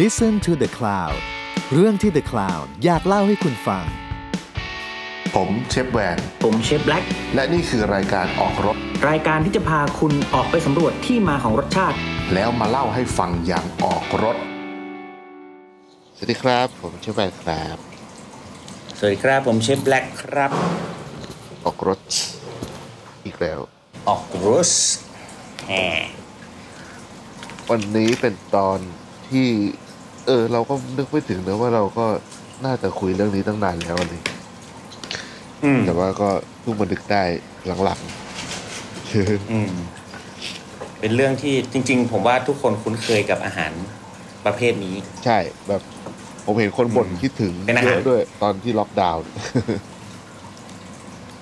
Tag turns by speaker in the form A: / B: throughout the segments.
A: Listen to the Cloud เรื่องที่ The Cloud อยากเล่าให้คุณฟัง
B: ผมเชฟแวน
C: ผมเชฟแบล็ก
B: และนี่คือรายการออกรถ
C: รายการที่จะพาคุณออกไปสำรวจที่มาของรสชาติ
B: แล้วมาเล่าให้ฟังอย่างออกรถ สวัสดีครับ ผมเชฟแวนครับ
C: สวัสดีครับผมเชฟแบล็กครับ
B: ออกรถ อีกแล้ว
C: ออกรุสแหม
B: วันนี้เป็นตอนที่ เออ เราก็นึกไม่ถึงนะว่าเราก็น่าจะคุยเรื่องนี้ตั้งนานแล้วเลย
C: อืม
B: แต่ว่าก็เพิ่งมานึกได้หลังๆ
D: อืมเป็นเรื่องที่จริง ๆ ผมว่าทุกคนคุ้นเคยกับอาหารประเภทนี้
B: ใช่แบบผมเห็นคนบ่นคิดถึง
D: เป็นอา
B: เย
D: หาร
B: อะด้วยตอนที่ล็อกดาวน์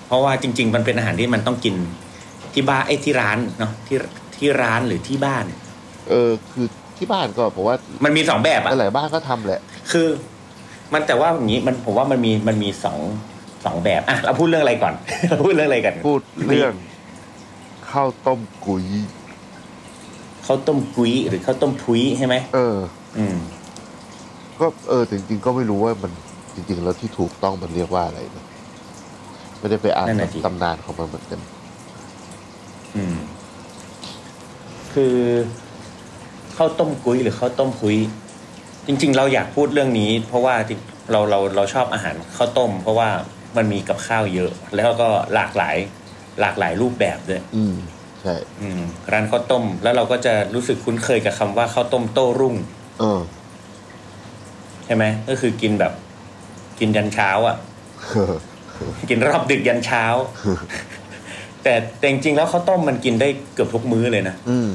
D: เพราะว่าจริง ๆ มันเป็นอาหารที่มันต้องกินที่บ้านไอ้ยที่ร้านเนาะที่ที่ร้านหรือที่บ้าน
B: เออ คือที่บ้านก็ผมว่า
D: มันมีสองแบบอะ
B: หลายๆบ้านก็ทำแหละ
D: คือ มันแต่ว่าอย่างนี้มันผมว่ามันมีมันมีสองสองแบบอ่ะเราพูดเรื่องอะไรก่อน เราพูดเรื่องอะไรกัน
B: พูดเรื่องข้าวต้มกุย
D: ข้าวต้มกุ้ยหรือข้าวต้มพุ้ยใช่ไหม
B: เออ
D: อืม
B: ก็เออ จริง ๆ ก็ไม่รู้ว่ามันจริง ๆ แล้วที่ถูกต้องมันเรียกว่าอะไรนะไม่ได้ไปอ่าน
D: นั่นน่ะสิ
B: ตำนานของมันเหมือนกัน
D: อืม คือข้าวต้มกุ้ยหรือข้าวต้มคุย จริง ๆ เราอยากพูดเรื่องนี้ เพราะว่าจริงเราเราเราชอบอาหารข้าวต้ม เพราะว่ามันมีกับข้าวเยอะ แล้วก็หลากหลาย หลากหลายรูปแบบด้วย
B: อืม ใช่
D: อืม ร้านข้าวต้ม แล้วเราก็จะรู้สึกคุ้นเคยกับคำว่าข้าวต้มโต้รุ่ง
B: เออ
D: ใช่ไหมก็คือกินแบบ กินยันเช้าอ่ะ กินรอบดึกยันเช้า แต่แต่จริงๆแล้วข้าวต้มมันกินได้เกือบทุกมื้อเลยนะ
B: อืม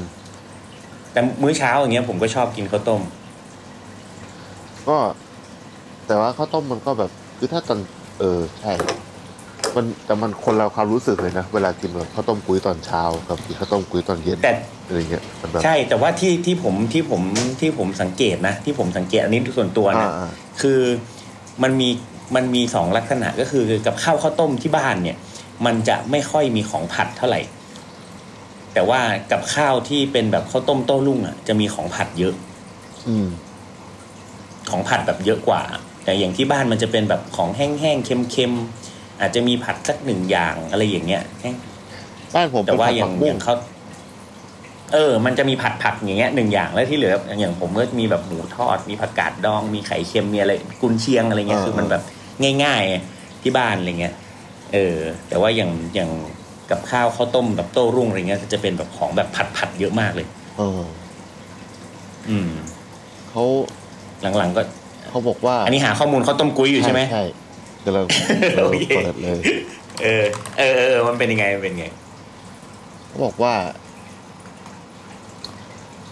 D: แต่มื้อเช้าอย่างเงี้ยผมก็ชอบกินข้าวต้ม
B: ก็ แต่ว่าข้าวต้มมันก็แบบ คือถ้าตอนเออ ใช่ มันแต่มันคนเราความรู้สึกเลยนะเวลากินแบบข้าวต้มกุ้ยตอนเช้ากับกินข้าวต้มกุ้ยตอนเย็น
D: แต่
B: อะไรเงี้ยมันแบบ
D: ใช่แต่ว่าที่ที่ผมที่ผมที่ผมสังเกตนะ ที่ผมสังเกตอันนี้ส่วนตัว
B: อ่า
D: นะคือมันมีมันมีสองลักษณะก็คือกับข้าวข้าวต้มที่บ้านเนี่ย มันจะไม่ค่อยมีของผัดเท่าไหร่ แต่ว่ากับข้าวที่เป็นแบบข้าวต้มโต้รุ่งอ่ะจะมีของผัดเยอะ
B: ๆอืม
D: ของผัดแบบเยอะกว่า แต่อย่างที่บ้านมันจะเป็นแบบของแห้งๆเค็มๆอาจจะมีผัดสักหนึ่งอย่างอะไรอย่างเงี้ย
B: บ้านผม
D: แต่ว่า
B: เป็น
D: อย่าง
B: ผัดผัก
D: อ
B: บุ้
D: ย่างเขาเออ มันจะมีผัดผักอย่างเงี้ยหนึ่งอย่างแล้วที่เหลืออย่างผมก็มีแบบหมูทอด มีผักกาดดอง มีไข่เค็มมีอะไรกุนเชียงอะไรเงี้ยคือมันแบบง่ายๆที่บ้านอะไรเงี้ยเออ แต่ว่าอย่างอย่างกับข้าวข้าวต้มแบบโต้รุ่งอะไรเงี้ยก็จะเป็นแบบของแบบผัดผัดๆเยอะมากเลย
B: เออ
D: อืม
B: เขา
D: หลังๆก็
B: เขาบอกว่า
D: อันนี้หาข้อมูลข้าวต้มกุ้ยอยู่ใช่ไหม
B: ใช่กำลังกำลัง
D: โอเค
B: เปิดเลย
D: เออเออเออเออมันเป็นยังไงมันเป็นยังไง
B: เขาบอกว่า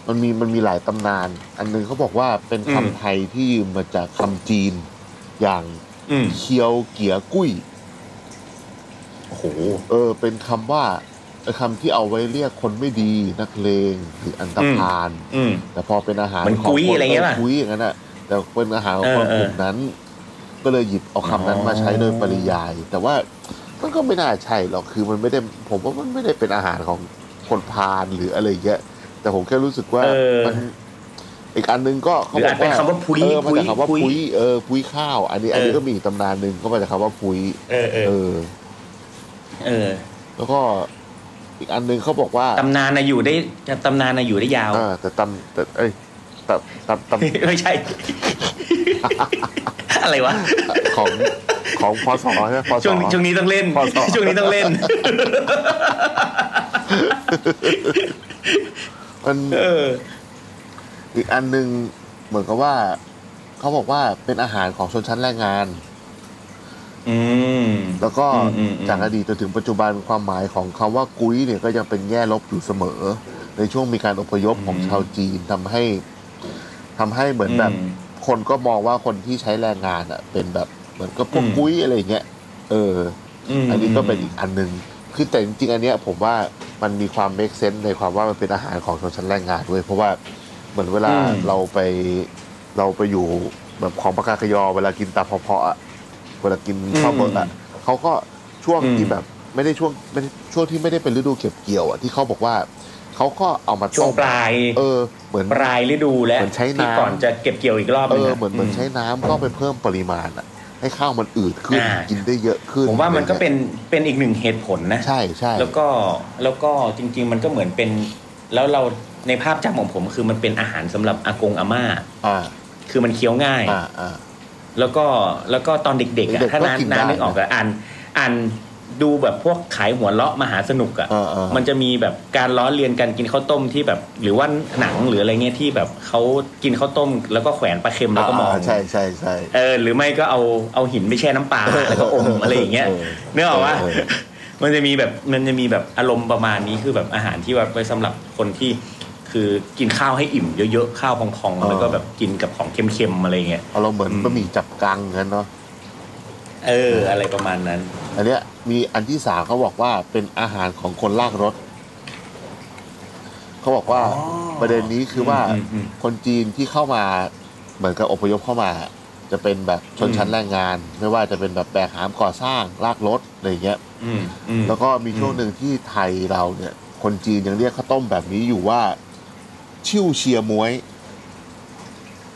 B: มันมีมันมีหลายตำนาน อันหนึงเขาบอกว่าเป็น
D: อืม
B: คำไทยที่ยืมมาจากคำจีน อย่าง
D: อืม
B: เคียวเกียกุ้ย
D: โอ้โห
B: เออ เป็นคำว่าคำที่เอาไว้เรียกคนไม่ดีนักเลงหรืออันตพาล
D: อืม
B: แต่พอเป็นอาหาร
D: มัน
B: ของ
D: กุ้ย
B: คน
D: อะไรเงี้ยป่ะ
B: กุ้ยอย่างนั้นอ่ะแต่เป็นอาหารของ
D: เออ
B: คน
D: เออก
B: ลุ่มนั้น ก็เลยหยิบเอาคำนั้น
D: อ๋อ
B: มาใช้โดยปริยาย แต่ว่ามันก็ไม่น่าใช่หรอกคือมันไม่ได้ผมว่ามันไม่ได้เป็นอาหารของคนพาลหรืออะไรเงี้ยแต่ผมแค่รู้สึกว่า
D: เออ
B: มันอีกอันหนึงก็เขา
D: หรือบอาจ
B: อก
D: เป็น
B: ว่า
D: คำว่าพุ้ย
B: เออมาจากคำว่า
D: พุ้ย
B: พุ้ยเออพุ้ยข้าว อันนี้อันนี้
D: เออ
B: ก็มีอีกตำนานหนึ่งก็มาจากคำว่าพุ้ย
D: เออเออ
B: เออ
D: เออ
B: แล้วก็อีกอันหนึงเขาบอกว่า
D: ตำนานนะอยู่ได้ตำนานนะอยู่ได้ยาว
B: อ่าแต่ตำแต่เอ้ยตำตำตำ
D: ไม่ใช่ อะไรวะ
B: ของของพศใช่ไหมพศ
D: ช่วงช่วงนี้ต้องเล่น
B: พอสอ
D: ช่วงนี้ต้องเล่น
B: มัน
D: เออ
B: อีกอันหนึ่งเหมือนกับว่า เขาบอกว่าเป็นอาหารของชนชั้นแรงงาน
D: อืม
B: แล้วก็
D: อืมอืมอืม
B: จากอดีตจนถึงปัจจุบันความหมายของคำว่ากุ้ยเนี่ยก็ยังเป็นแง่ลบอยู่เสมอ ในช่วงมีการอพยพของชาวจีนทำให้ทำให้เหมือนแบบ
D: อืม
B: คนก็มองว่าคนที่ใช้แรงงานอ่ะ เป็นแบบเหมือนก็พวก
D: อืม
B: กุ้ยอะไรอย่างเงี้ยเออ
D: ม
B: อันนี้ก็เป็นอีกอันหนึ่งคือแต่จริงๆ อันเนี้ยผมว่ามันมีความ make sense ในความว่ามันเป็นอาหารของชนชั้นแรงงานด้วย เพราะว่าเหมือนเวลาเราไปเราไปอยู่แบบของปากากยอ เวลากินตาเพาะๆอะเวลากินข้าวเบิร์อะเขาก็ช่วงที่แบบไม่ได้ช่วงไม่ได้ช่วงที่ไม่ได้เป็นฤดูเก็บเกี่ยวอะที่เขาบอกว่า เขาก็เอามา
D: ช่ว
B: ต้
D: ง
B: ม
D: ปลาย
B: เออ เหมือน
D: ปลายฤดูแล้ว
B: เหมือนใช้น้ำ
D: ที่ก่อนจะเก็บเกี่ยวอีกรอบ
B: เอ
D: นึง
B: อ
D: อะ
B: เหมือนเหมือน
D: ม
B: ใช้น้ำก็ไปเพิ่มปริมาณอะให้ข้าวมันอืดขึ้น
D: อ่ากิ
B: กินได้เยอะขึ้น
D: ผมว่ามันก็เป็นเป็นอีกหนึ่งเหตุผลนะ
B: ใช่ใช่
D: แล้วก็แล้วก็จริง ๆ มันก็เหมือนเป็น แล้วเราในภาพจำของผมคือมันเป็นอาหารสำหรับอากงอาม่า
B: อ่า
D: คือมันเคี้ยวง่าย
B: อ่าอ่า
D: แล้วก็แล้วก็ตอนเด็กๆอะ
B: เด็กๆ
D: ถ้า
B: ก็
D: นาน
B: กินได้
D: นานนึกออกอะอ่านอ่านดูแบบพวกขายหัวเลาะมหาสนุกอะ
B: เออเออ
D: มันจะมีแบบการล้อเลียนการกินข้าวต้มที่แบบ หรือว่าหนังหรืออะไรเงี้ยที่แบบเขากินข้าวต้ม แล้วก็แขวนปลาเค็มแล้วก็มอง
B: ใช่ใช่ใช่
D: เออหรือไม่ก็เอาเอาหินไปแช่น้ำ ปลาแล้วก็อมอะไรอย่างเงี้ย
B: เออ
D: เนื้อออกว่า
B: เออเออ
D: มันจะมีแบบมันจะมีแบบอารมณ์ประมาณนี้คือแบบอาหารที่แบบไว้สำหรับคนที่คือกินข้าวให้อิ่มเยอะๆข้าวพองๆแล้วก็แบบกินกับของเค็มๆอะไรเงี้ย
B: เอาเราเหมือน
D: อืม
B: บะหมี่จับกังกันเนาะ
D: เออ อะไรประมาณนั้น
B: อันเนี้ยมีอันที่สามเขาบอกว่าเป็นอาหารของคนลากรถเขาบอกว่า
D: อ๋อ
B: ประเด็นนี้คือว่า
D: อืมอืมอืม
B: คนจีนที่เข้ามาเหมือนกับอพยพเข้ามา จะเป็นแบบชนชั้นแรงงาน ไม่ว่าจะเป็นแบบแบกหามก่อสร้างลากรถอะไรอย่างเงี้ย
D: อืมอืม
B: แล้วก็มีช่วงหนึ่งที่ไทยเราเนี่ย คนจีนยังเรียกข้าวต้มแบบนี้อยู่ว่า ชิ่วเชียร์ม้วย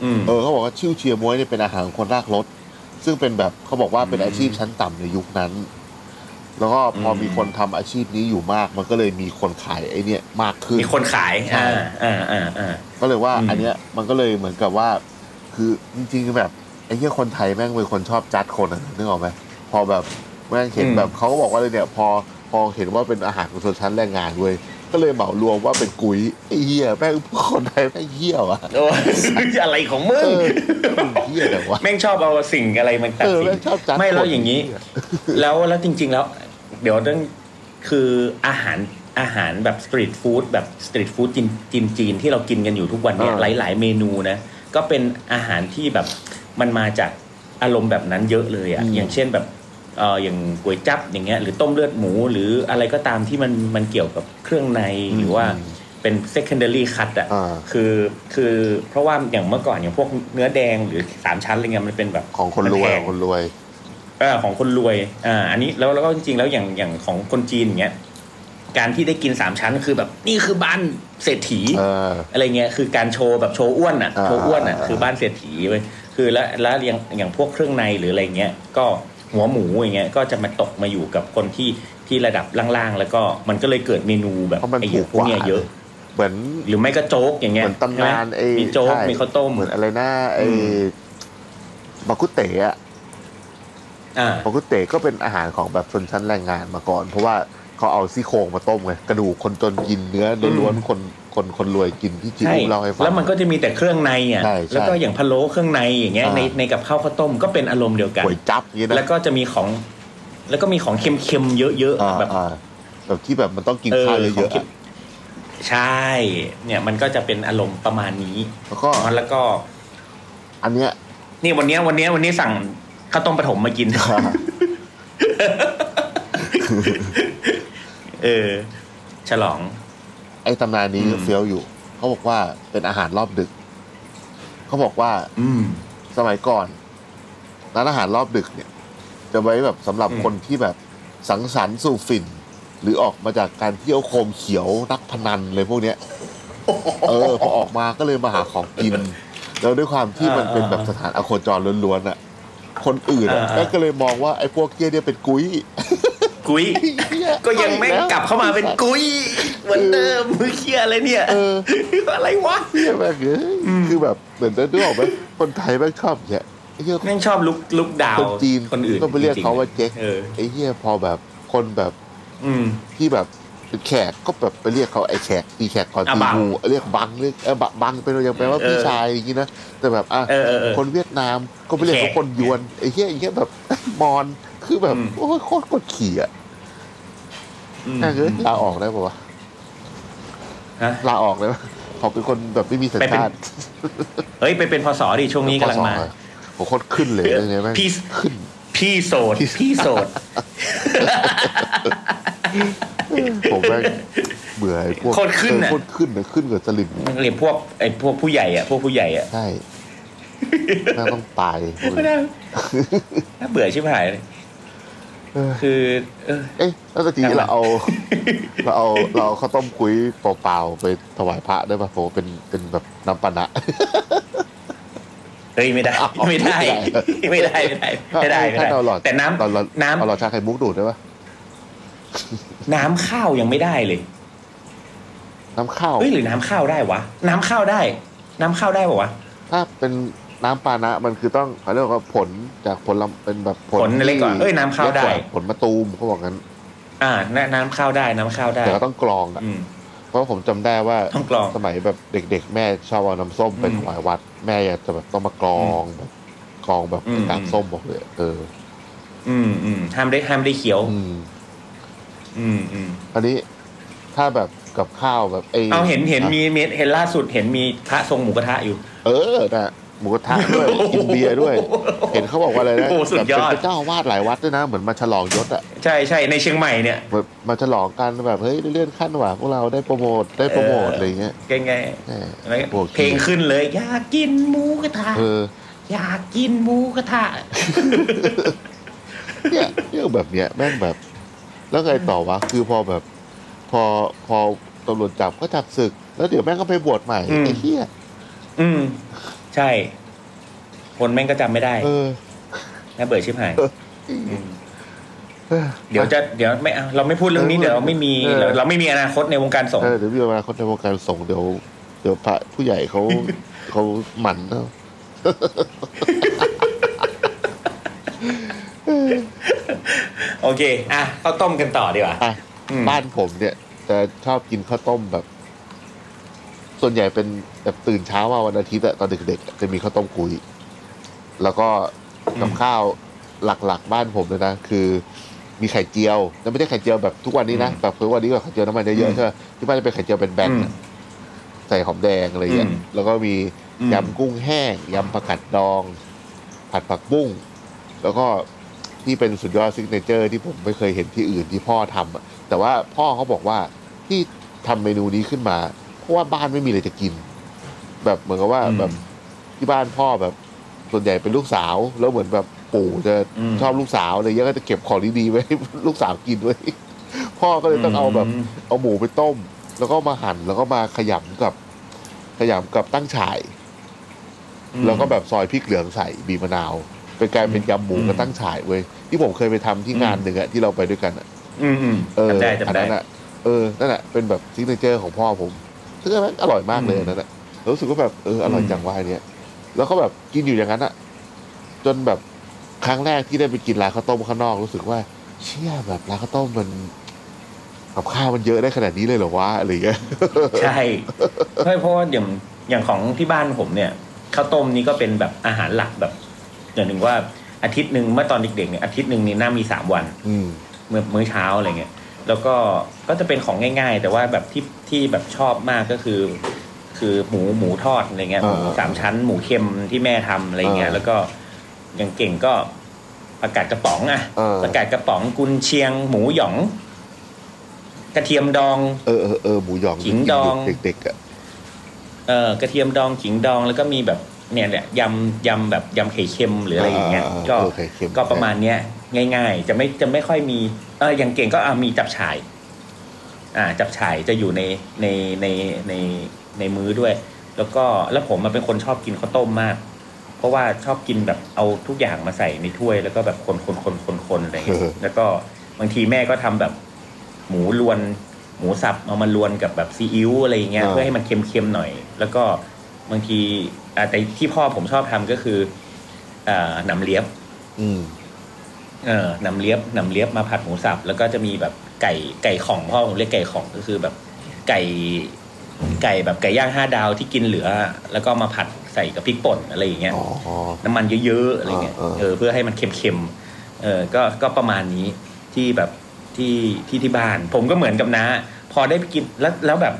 D: อืม
B: เออเขาบอกว่าชิ่วเชียร์ม้วยเนี่ยเป็นอาหารของคนรากรถ ซึ่งเป็นแบบเขาบอกว่าเป็นอาชีพชั้นต่ำในยุคนั้น แล้วก็พออ
D: ม
B: มีคนทำอาชีพนี้อยู่มาก มันก็เลยมีคนขายไอ้เนี่ยมากขึ้น
D: มีคนขาย
B: ใช่
D: อ่าอ่าอ่าอ่า
B: ก็เลยว่า
D: อืม
B: อันเนี้ยมันก็เลยเหมือนกับว่า คือจริงๆแบบไอ้เหี้ยคนไทยแม่งเป็นคนชอบจัดคนอะนึกออกไหมพอแบบแม่งเห็นแบบเขาก็บอกว่าเลยเนี่ย พอพอเห็นว่าเป็นอาหารของชนชั้นแรงงานเว้ยก็เลยเหมารวมว่าเป็นกุยไอ้เหี้ยแม่งคนไทยแม่งเหี้ยวอะ
D: โอ้ ยอะไรของมึ
B: เอง อมึงเหี้ยแต่ว่า
D: แม่งชอบเอาสิ่งอะไรมันตัด
B: เออ
D: สิน
B: แม่งชอบจัด
D: ไม่แล้ว
B: คน
D: อย่างนี้
B: เนี่ย
D: แล้วแล้วจริง ๆ แล้ว เดี๋ยวเรื่องคืออาหารอาหารแบบสตรีทฟู้ดแบบสตรีทฟู้ดจีนจีนจีนที่เรากินกันอยู่ทุกวันเนี่ย
B: อ่า
D: หลาย ๆ เมนูนะ ก็เป็นอาหารที่แบบมันมาจากอารมณ์แบบนั้นเยอะเลยอะ่ะอย่างเช่นแบบเอออย่างก๋วยจั๊บอย่างเงี้ยหรือต้มเลือดหมูหรืออะไรก็ตามที่มันมันเกี่ยวกับเครื่องในหรือว่าเป็น secondary cut อ่ะ
B: อ่า
D: คือคือเพราะว่าอย่างเมื่อก่อนอย่างพวกเนื้อแดงหรือสามชั้นอะไรเงี้ยมันเป็นแบบ
B: ของคนรวย
D: มั
B: ข
D: แพ
B: องคนรวย
D: เออของคนรวยอ่าอันนี้แล้วแล้วก็จริงๆแล้วอย่างอย่างของคนจีนอย่างเงี้ยการที่ได้กินสามชั้นคือแบบนี่คือบ้านเศรษฐี
B: เออ
D: อะไรเงี้ยคือการโชว์แบบโชว์อ้วนอ่ะ
B: อ่า
D: โชว์อ้วนอ่ะ
B: อ่า
D: คือบ้านเศรษฐีเว้ยคือแล้วแล้วอย่างอย่างพวกเครื่องในหรืออะไรเงี้ยก็หัวหมูอย่างเงี้ยก็จะมาตกมาอยู่กับคนที่ที่ระดับล่างๆ แล้วก็มันก็เลยเกิดเมนูแบบ
B: เพราะมัน
D: ไอ้
B: ถูก
D: พ
B: ก
D: วก
B: ว่า
D: เนี้ยเยอะ
B: เหมือน
D: หรือไม่ก็โจ๊กอย่างเงี้ย
B: เหมือนตำนานไอ้
D: ใช่ไหมมีโจ๊ก
B: ใช่
D: มีข้าวต้ม
B: เหมือนอะไรนะไอ้
D: อืม
B: บักกุเตะอะ
D: อ่า
B: บักกุเตะก็เป็นอาหารของแบบชนชั้นแรงงานมาก่อน เพราะว่าเขาเอาซี่โครงมาต้มไงกระดูกคนจนกินเนื้อล้วนๆคนคนคนรวยกินที่จิ๋ว
D: ใช่
B: เล่าให้ฟัง
D: แล้วมันก็จะมีแต่เครื่องในอ่ะ
B: ใช่ใช่
D: แล้วก็อย่างพะโล้เครื่องในอย่างเงี้ย
B: อ่า
D: ในในกับข้าวข้าวต้มก็เป็นอารมณ์เดียวกัน
B: ก๋วยจับอย่างนี้นะ
D: แล้วก็จะมีของ แล้วก็มีของเค็มๆเยอะ
B: อ่า
D: ๆแบบ
B: อ่าแบบที่แบบมันต้องกิน
D: เออ
B: ข้าวเย
D: ขอ
B: อะ
D: ง
B: ๆ
D: เค็
B: อะ
D: ม ใช่ เนี่ยมันก็จะเป็นอารมณ์ประมาณนี้
B: แล้วก็
D: แล้วก็
B: อัน เนี้ย
D: นี่วันเนี้ยวันเนี้ยวันนี้สั่งข้าวต้มปฐมมากิน เออ ฉลอง
B: ไอ้ตำนานนี้
D: อืม
B: เฟี้ยวอยู่ เขาบอกว่าเป็นอาหารรอบดึก เขาบอกว่า
D: อืม
B: สมัยก่อนร้านอาหารรอบดึกเนี่ย จะไว้แบบสำหรับ
D: อืม
B: คนที่แบบสังสรรค์สู่ฝิ่น หรือออกมาจากการเที่ยวโคมเขียวนักพนันเลยพวกเนี้ย เออ พอออกมาก็เลยมาหาของกิน แล้วด้วยความที่มันเป็นแบบสถานอโคจรล้วนๆอ่ะ คนอื่นอะแม่งก็เลยมองว่าไอ้พวกเกี้ยเนี่ยเป็นกุ้ย
D: กุ้ย ก็ยังไม่
B: อีแล้ว
D: กลับเข้ามาเป็นกุ้ยเหมือนเดิมมือเคียอะไรเนี่ย
B: เออ
D: อะไรวะ
B: เหี้ยแม่งเอ้ยคือแบบเหมือนจะดูออกไหมคนไทยแม่งชอบอย่างเงี้ยไอ้เหี้ย
D: แม่งชอบลุกลุกดาว
B: คนจีน
D: คนอื่น
B: ก็ไปเรียกเขาว่าเจ๊ก
D: เออ
B: ไอ้เหี้ยพอแบบคนแบบ
D: อืม
B: ที่แบบเป็นแขกก็แบบไปเรียกเขาไอ้แขกตีแขกก่อน
D: อ่ะ
B: ตี
D: บัง
B: งูเรียกบังเรียกเออบังบังเป็นยังแปลว่า
D: เออ
B: พี่ชายอย่างงี้นะแต่แบบอ่ะ
D: เออเออเออ
B: คนเวียดนามก็ไปเรียกเขา
D: แขก
B: คนยวนไอ้เหี้ยไอ้เหี้ยแบบ มอนคือแบบ
D: อืม
B: โอ้ยโคตรกดขี่อ่ะ
D: อืม
B: น่าเกยลาออกได้ปะวะ
D: ฮะ
B: ลาออกเลยปะขอเป็นคนแบบไม่มีสัญ
D: ไปเป็น
B: ชาติ
D: เฮ้ยไปเป็นพศดิช่วงนี้กำลังมา
B: พศโอ้โหโคตรขึ้น เลยเลยแม่ง
D: พี่
B: ขึ้น
D: พี่โสดพี่โสด
B: ผมแม่งเบื่อไอ้พวก
D: โคตรขึ้นอะ
B: โคตรขึ้นนะขึ้นกับสลิม
D: มันเรียกพวกไอ้พวกผู้ใหญ่อะพวกผู้ใหญ่อะ
B: ใช่ น่าต้องตาย
D: น่าเบื่อชิบหายเลย
B: เออ
D: คือเออ
B: เอ๊ะแล้วตะกี้
D: ครับ
B: เราเอา เราเอาเราเอาข้าวต้มคุยเปล่าๆไปถวายพระได้ป่ะผมเป็นเป็นแบบน้ำปานะ
D: เฮ้ยไม่ได้
B: อ้าว
D: ไม่ได้
B: ไม่
D: ไม่
B: ได้
D: ได้ไม่ได้ไม่ได้ไม่ได้
B: ถ้าเราหลอด
D: แต่น้ำ
B: เราหลอด
D: น้ำ
B: เราหลอดชาไข่มุกดูดได้ป่ะ
D: น้ำข้าวยังไม่ได้เลย
B: น้ำข้าว
D: เฮ้ยหรือน้ำข้าวได้วะ น้ำข้าวได้ น้ำข้าวได้ปะวะ
B: ถ้าเป็นน้ำปานะมันคือต้องเขาเรียกว่าผลจากผลลำเป็นแบบผล
D: ผลเล็กกว่า
B: ที่
D: เอ้ยน้ำข้าว
B: ล็ก
D: ได้
B: ผลมะตูมเขาบอกงั้น
D: อ่าน้ำน้ำข้าวได้น้ำข้าวได้
B: แต่ก็ต้องกรองอ่ะ
D: อืม
B: เพราะผมจำได้ว่า
D: ต้องกรอง
B: สมัยแบบเด็ก ๆ แม่ชอบเอาน้ำส้มไป
D: อืม
B: ถวายวัด แม่จะแบบต้องมากรองแบบกรองแบบ
D: อืม
B: กากส้มบอกเลยเออ
D: อืมอืมห้ามได้ห้ามได้เขียว
B: อืม
D: อืมอืม
B: อันนี้ถ้าแบบกับข้าวแบบไอ
D: เอาเห็นเห็น
B: อ่ะ
D: มีเม็ดเห็นล่าสุดเห็นมีพระทรงหมูกระทะอยู่
B: เออนะหมูกระทะด้วยกินเบียร์ด้วย เห็นเขาบอกว่าอะไรนะ
D: โอ้โหสุด
B: แบบ
D: ยอด
B: เป็นพระเจ้าอาวาดหลายวัดด้วยนะ เหมือนมาฉลองยศอะ
D: ใช่ใช่ในเชียงใหม่เนี่ย
B: แบบมาฉลองกันแบบเฮ้ยเลื่อนขั้นว่ะพวกเราได้โปรโมทได้โปรโมท
D: เอออ
B: อะไรเงี้ย
D: ไงไง
B: แหม
D: แล้ว
B: โอ้โห
D: เพลงขึ้นเลย อยากกินหมูกระทะ
B: เออ
D: อยากกินหมูกระทะ
B: เนี่ยเรื่องแบบเนี้ยแม่งแบบ แล้วไงต่อวะคือพอแบบ พอพอตำรวจจับก็จับศึก แล้วเดี๋ยวแม่งก็ไปบวชใหม่
D: อืม
B: ไอ้เหี้ย
D: อืม ใช่ คนแม่งก็จำไม่ได้
B: เออ
D: น่าเบื่อชิบหายม
B: เออ
D: เดี๋ยวจะเดี๋ยวไม่เอาเราไม่พูดเรื่องนี้เดี๋ยวไม่มี
B: เออ
D: เราเราไม่มีอนาคตในวงการสงฆ์
B: เออเดี๋ยวมีเวลาคนในวงการส่งเดี๋ยวเดี๋ยวพระผู้ใหญ่เขา เขาหมันเอา
D: โอเค อ่ะข้าวต้มกันต่อดีกว่า
B: อ่ะ
D: อืม
B: บ้านผมเนี่ยจะชอบกินข้าวต้มแบบ ส่วนใหญ่เป็นแบบตื่นเช้ามาวันอาทิตย์อะตอนเด็กๆอะจะมีข้าวต้มกุยแล้วก็กับข้าวหลักๆ บ้านผมเลยนะคือมีไข่เจียวแล้วไม่ใช่ไข่เจียวแบบทุกวันนี้นะแบบคือวันนี้ก็ไข่เจียวน้ำมันเยอะๆใช่ไหมที่บ้านจะเป็นไข่เจียวเป็นแบน
D: อืม
B: ๆอะ ใส่หอมแดงอะไรอย่างเงี้ย
D: อืม
B: แล้วก็มี
D: อืม
B: ยำกุ้งแห้งยำผักกัดดอง ผัดผักบุ้ง แล้วก็ที่เป็นสุดยอดซิกเนเจอร์ที่ผมไม่เคยเห็นที่อื่นที่พ่อทำอะแต่ว่าพ่อเขาบอกว่าที่ทำเมนูนี้ขึ้นมา เพราะว่าบ้านไม่มีอะไรจะกิน แบบเหมือนกับว่า
D: อืม
B: แบบที่บ้านพ่อแบบส่วนใหญ่เป็นลูกสาว แล้วเหมือนแบบปู่จะ
D: อืม
B: ชอบลูกสาวอะไรเงี้ยก็จะเก็บของดีๆไว้ ให้ลูกสาวกินไว้ พ่อก็เลยต้องเอาแบบ
D: ม
B: เอาหมูไปต้ม แล้วก็มาหั่นแล้วก็มาขยำกับ ขยำกับตั้งฉาย
D: อืม
B: แล้วก็แบบซอยพริกเหลืองใส่บีบมะนาวเป็นกลายเป็นยำหมู
D: อืม
B: กับตั้งฉายเว้ยที่ผมเคยไปทำที่
D: อืม
B: งานหนึ่งอะที่เราไปด้วยกันอะ
D: อืมอืม
B: เออ
D: จำได้จำ
B: อัน
D: ได้
B: นั้นอะเออนั่นอะเป็นแบบซิกเนเจอร์ของพ่อผมซึ่งอันนั้นอร่อยมากเลย
D: อืม
B: อันนั่นอะรู้สึกว่าแบบเอออร่อย
D: อืม
B: จังวายเนี้ยแล้วก็แบบกินอยู่อย่างนั้นอะจนแบบครั้งแรกที่ได้ไปกินร้านข้าวต้มข้างนอกรู้สึกว่า เชี่ยแบบร้านข้าวต้มมันกับข้าวมันเยอะได้ขนาดนี้เลยเหรอวะอะไรอย่างเงี้ย
D: ใช่ใช่เพราะว่าอย่างอย่างของที่บ้านผมเนี่ยข้าวต้มนี่ก็เป็นแบบอาหารหลักแบบ อย่างหนึ่งว่าอาทิตย์หนึ่งเมื่อตอนเด็กๆเนี่ยอาทิตย์หนึ่งนี่น่ามีสามวัน
B: อืม
D: มื้อมื้อเช้าอะไรเงี้ยแล้วก็ก็จะเป็นของง่าย ๆ แต่ว่าแบบที่ที่แบบชอบมากก็คือ คือหมูหมูทอดอะไรเงี้ย
B: อ่า
D: หมูสามชั้นหมูเค็มที่แม่ทำอะไรเงี้ย
B: อ่า
D: แล้วก็อย่างเก่งก็ประกาศกระป๋องอะ
B: อ่า
D: ประกาศกระป๋องกุนเชียง หมูหยอง กระเทียมดอง
B: เออเออเออหมูหยอง
D: ขิงดอง
B: เด็กๆอ่ะ
D: เออกระเทียมดองขิงดองแล้วก็มีแบบเนี่ยแหละยำยำแบบยำไข่เค็มหรืออะไรอย่างเงี้ย
B: อ่า
D: ก็
B: เออไข่เค็ม
D: ก็ประมาณเนี้ยง่าย ๆ จะไม่จะไม่ค่อยมีเอออย่างเก่งก็อ่ะมีจับฉ่าย อ่า จับฉ่ายจะอยู่ในในในในในมื้อด้วย แล้วก็แล้วผมมาเป็นคนชอบกินข้าวต้มมาก เพราะว่าชอบกินแบบเอาทุกอย่างมาใส่ในถ้วย แล้วก็แบบคนคนคนคนคนอะไรอย่างเงี้ย
B: เออ
D: แล้วก็บางทีแม่ก็ทำแบบ หมูลวน หมูสับเอามาลวนกับแบบซีอิ๊วอะไรอย่างเงี้ย
B: อ่า
D: เพื่อให้มันเค็มๆหน่อย แล้วก็บางทีอ่าแต่ที่พ่อผมชอบทำก็คืออ่าหนำเลียบ
B: อืม
D: เออหนำเลียบหนำเลียบมาผัดหมูสับ แล้วก็จะมีแบบไก่ไก่ของพ่อผมเรียกไก่ของก็คือแบบไก่ไก่แบบไก่ย่างห้าดาวที่กินเหลือ แล้วก็มาผัดใส่กับพริกป่นอะไรอย่างเงี้ย
B: อ๋อ
D: น้ำมันเยอะๆอะไรเงี้ย
B: เออเออ
D: เออเพื่อให้มันเค็มๆเออก็ก็ประมาณนี้ที่แบบที่ที่ที่บ้าน ผมก็เหมือนกับน้าพอได้ไปกินแล้วแล้วแบบ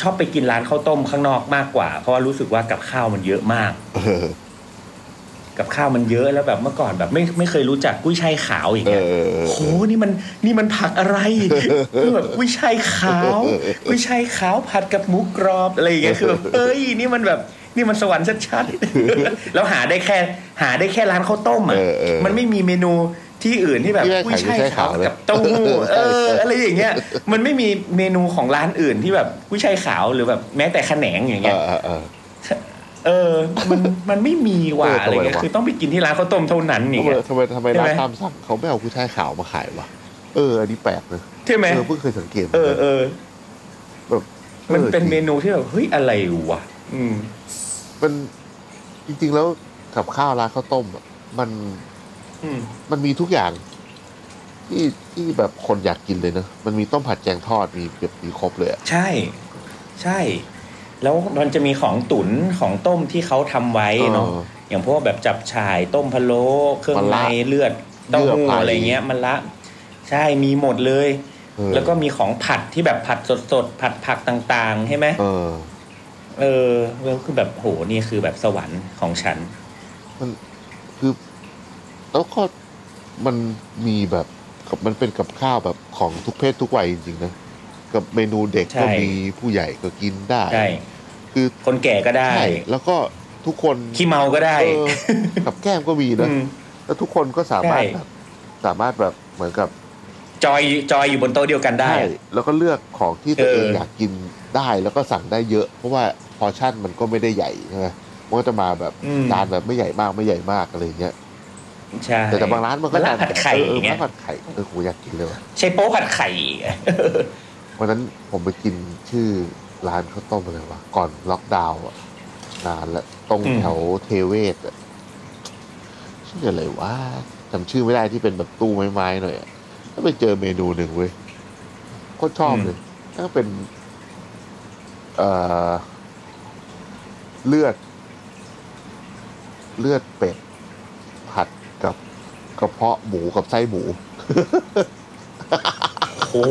D: ชอบไปกินร้านข้าวต้มข้างนอกมากกว่า เพราะว่ารู้สึกว่ากับข้าวมันเยอะมาก
B: เออ
D: กับข้าวมันเยอะแล้วแบบเมื่อก่อนแบบไม่ไม่เคยรู้จักกุ้ยช่ายขาวอย่าง
B: เอ
D: เงี้ย
B: อเออ
D: โอ้โห นี่มัน นี่มันผักอะไร คือแบบกุ้ยช่ายขาว กุ้ยช่ายขาวผัดกับหมูกรอบอะไรอย่างเงี้ย คือแบบเอ้ย นี่มันแบบ นี่มันสวรรค์ ชัดๆ แล้วหาได้แค่ หาได้แค่ร้านข้าวต้มอ่ะ
B: เออเออ
D: มันไม่มีเมนู ที่อื่นที่แบบ
B: ที่แม่
D: กุ้ยช่ายขา
B: ขายกุ้ยช่ายขาว วเลย
D: กับเต้าหู้เอออะไรอย่างเงี้ย มันไม่มีเมนูของร้านอื่นที่แบบกุ้ยช่ายขาวหรือแบบแม้แต่ขนงอย่าง
B: เอ
D: เงี้ย
B: อเออเออ
D: เออ มันมันไม่มีว่ะอะ
B: เออทำไม
D: ไรเงี้ย
B: วะ
D: คือต้องไปกินที่ร้านข้าวต้มเท่านั้นนี่างเงี้ย
B: ทำไมทำไม
D: ใช่ไหม
B: ร้านตามสั่งเขาไม่เอากุ้ยช่ายขาวมาขายวะเอออันนี้แปลกเลย
D: ใช่ไหม
B: เออเพิ่งเคยสังเกต
D: เออเออ
B: แบบ
D: มันเป็น
B: ออ
D: เมนูที่แบบเฮ้ยอะไรวะอืม
B: มันจริงๆแล้วกับข้าวร้านข้าวต้มอะมัน
D: อืม
B: มันมีทุกอย่าง ที่ที่แบบคนอยากกินเลยเนอะมันมีต้มผัดแกงทอดมีแบบมีครบเลยอะ
D: ใช่ ใช่ แล้วมันจะมีของตุ๋นของต้มที่เขาทำไว้เนาะ
B: เออ
D: อย่างพวกแบบจับฉ่ายต้มพะโล้เครื่อง
B: มะ
D: ใน
B: ละ
D: เลือดเต้าหู้
B: เยื่อไผ่
D: อะไรเงี้ยมันละ ใช่มีหมดเลย
B: เออ
D: แล้วก็มีของผัดที่แบบผัดสดๆผัดผักต่างๆใช่ไหม
B: เออ
D: เออแล้วคือแบบโหนี่คือแบบสวรรค์ของฉัน
B: คือแล้วก็มันมีแบบกับมันเป็นกับข้าวแบบของทุกเพศทุกวัยจริงๆนะกับเมนูเด็ก
D: ใช่
B: ก็มีผู้ใหญ่ก็กินได้
D: ใช่
B: คือ
D: คนแก่ก็ได้
B: ใช่แล้วก็ทุกคน
D: ขี้เมาก็ได้
B: เออกับแก้มก็มีนะ
D: อืม
B: แล้วทุกคนก็สามารถ
D: ใช่
B: แบบสามารถแบบเหมือนกับ
D: จอยจอยอยู่บนโต๊ะเดียวกันได้
B: ใช่แล้วก็เลือกของที่ตัว
D: เออ
B: เองอยากกินได้แล้วก็สั่งได้เยอะ เพราะว่าพอร์ชั่นมันก็ไม่ได้ใหญ่ใช่ไหมมันก็จะมาแบบ
D: อืม
B: จานแบบไม่ใหญ่มากไม่ใหญ่มากอะไรอย่างเงี้ย
D: ใช่
B: แต่แต่บางร้านมันก็
D: มะละ
B: ทำ
D: ผัดไข่
B: เออเออ
D: อย่าง
B: มะ
D: เงี้ย
B: ละผัดไข่เออโหอยากกินเลยว่ะ
D: ใช่โป๊ะผัดไข่
B: วันนั้นผมไปกินชื่อร้านข้าวต้มอะไรวะก่อนล็อกดาวน์อะนานละตรง
D: อืม
B: แถวเทเวศอะชื่ออะไรวะจำชื่อไม่ได้ที่เป็นแบบตู้ไม้ๆหน่อยอะก็ไปเจอเมนูหนึ่งเว้ยโคตรชอบเลยนั่นก็เป็น เอ่อ เลือด เลือดเป็ด ผัดกับกระเพาะหมูกับไส้หมู
D: โอ้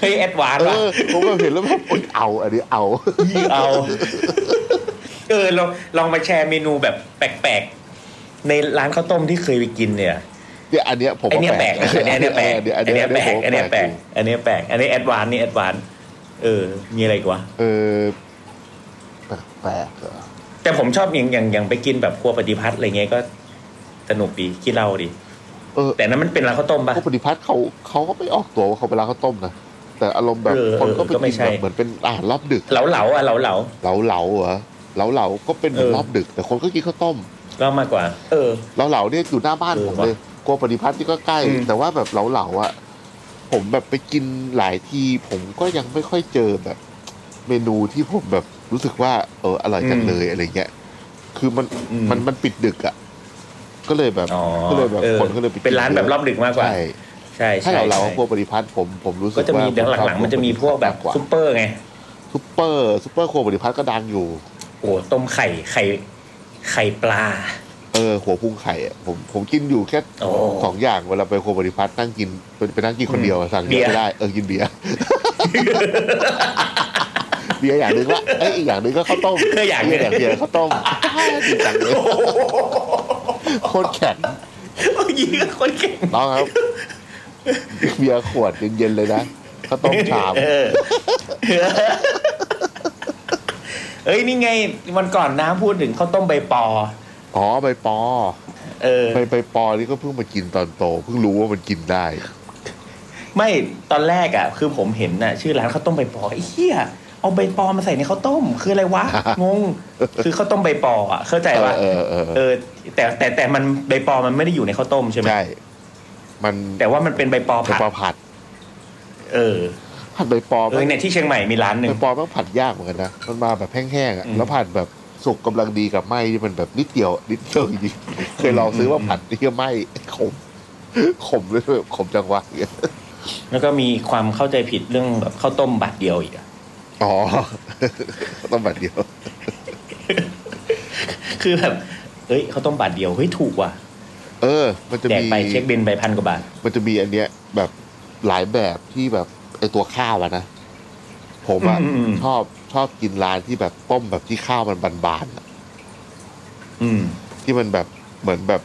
D: เฮ้ยแอดวาน
B: เอ
D: ว่ะ
B: อผมแบบเห็นแล้วแบบอุ๊ยเอาอันนี้เอา
D: เอา เออลองลองมาแชร์เมนูแบบแปลกๆ ในร้านข้าวต้มที่เคยไปกินเนี่ย
B: เนี่ยอันเนี้ยผม
D: ไอเนี้ยแปลกนะอันเนี้ยแปลก
B: เย
D: อันเนี้ยแปลก อันเนี้ยแปลก อันเนี้ยแปลก อันนี้แอดวานนี่แอดวาน เออ มีอะไรอีกวะ
B: เออแปลกๆเหรอ
D: แต่ผมชอบอย่างอย่างอย่างไปกินแบบครัวปฏิพัฒน์อะไรเงี้ยก็สนุกดีคิดเหล่าดี
B: เออ
D: แต่นั้นมันเป็นร้านข้าวต้มปะ
B: พวกปฏิพัฒน์เขาเขาก็ไม่ออกตัวว่าเขาไปร้านข้าวต้มนะแต่อารมณ์แบบ
D: เออ
B: คนก็ไป
D: ก็ไม่
B: กิน
D: ใช่
B: แบบเหมือนเป็นอาหารรอบดึก
D: เหลาเหลาๆอะเหลาเหลา
B: เหลาเหลาๆเหรอเหลาเหลาๆก็เป็นเหมือน
D: เออ
B: รอบดึก แต่คนก็กินข้าวต้ม
D: ๆก็มากกว่า เออ
B: เหลาเหลาๆเนี่ยอยู่หน้าบ้าน
D: เออ
B: ผมเลยกลัวปฏิพัฒน์ที่ก็ใกล้
D: อืม
B: แต่ว่าแบบเหลาเหลาๆอ่ะผมแบบไปกินหลายที ผมก็ยังไม่ค่อยเจอแบบ เมนูที่ผมแบบรู้สึกว่า เอออร่อยจังเลยอะไรเงี้ยคือมัน
D: อื
B: มันมันปิดดึกอ่ะ ก็เลยแบบ
D: อ๋อ
B: ก็เลยแบบ
D: ออ
B: คนก็เลยไปกิ
D: เป็นร้านแบบรอบดึกมากกว่า
B: ใช่
D: ใช่
B: ถ้า
D: ใช่
B: เราเรา
D: ใช่
B: พวกปฏิพัฒน์ผมผมรู้สึก
D: ก็จะ
B: ว่า
D: มี
B: ผ
D: เดี๋ยว
B: ชอ
D: หลังๆ มันจะมีพวกแบบ
B: าา
D: ซุปเปอร์ไง
B: ซุปเปอร์ซุปเปอร์โครัวปฏิพัฒน์ก็ดังอยู่
D: โอ้ต้มไข่ไข่ไข่ปลา
B: เออหัวพุงไข่อะผมผมกินอยู่แค่
D: โอ้
B: สองอย่างเวลาไปโครัวปฏิพัฒน์นั่งกินไปไปนั่งกินคนเดียวอะสั่ง
D: เบี
B: เบี
D: ย
B: ย
D: ร์
B: ร์ไม่ได้เออกินเบียร์ เบียร์อย่างหนึ่งละไอยอีกอย่างหนึ่งก็ข้าวต้ม
D: ก็อย่างหนึ่
B: เบี
D: ง
B: ยร์อย่างเดียวข้าวต้มจริงจังเลยโคตรแข็ง
D: โอ้ยยิงกับคนเก่ง
B: น้องครับ เบียร์ขวดเย็นๆเลยนะข้าวต้มชาม
D: เออเอ้ยนี่ไงวันก่อนน้าพูดถึงข้าวต้มใบปอ
B: อ๋อใบปอ
D: เออ
B: ใบใบปอนี่ก็เพิ่งมากินตอนโตเพิ่งรู้ว่ามันกินได้
D: ไม่ตอนแรกอ่ะ คือผมเห็นน่ะ ชื่อร้านข้าวต้มใบปอไอ้เหี้ยเอาใบปอมาใส่ในข้าวต้ม คืออะไรวะ งง คือข้าวต้มใบปออ่ะเข้าใจ
B: เออ
D: ปะ
B: เออเออ
D: เออ แต่แต่แต่มันใบปอมันไม่ได้อยู่ในข้าวต้มใช่ไหม
B: ใช่ มัน
D: แต่ว่ามันเป็นใบปอ
B: ใบ
D: ผัด
B: ปอผัด
D: เออ
B: ผัดใบปอ
D: เออเนี่ยที่เชียงใหม่มีร้านหนึ่
B: ใบ
D: ง
B: ปอต้องผัดยากเหมือนกันนะมันมาแบบแห้งๆอ่ะ
D: อืม
B: แล้วผัดแบบสุกกำลังดีกับไหมที่มันแบบนิดเดียวนิดเดียวจริงๆเคยลองซื้อว่าผัดที่ไหมขมขมเลยด้วยขมจังวะเนี่ย
D: แล้วก็มีความเข้าใจผิดเรื่องแบบข้าวต้มบาทเดียวอีกอะ
B: อ๋อต้องผัดเดียว
D: คือแบบเอ้ยข้าวต้มบาทเดียวเฮ้ยถูกว่ะ
B: เออ มันจะ
D: แจก
B: มี
D: ไปเช็คบินไปพันกว่าบาท
B: มันจะมีอันเนี้ยแบบหลายแบบที่แบบไอตัวข้าวอะนะ ผมอะ
D: อืมอืมอืม
B: ชอบชอบกินร้านที่แบบต้มแบบที่ข้าวมันบานๆอะ
D: อืม
B: ที่มันแบบเหมือนแบบ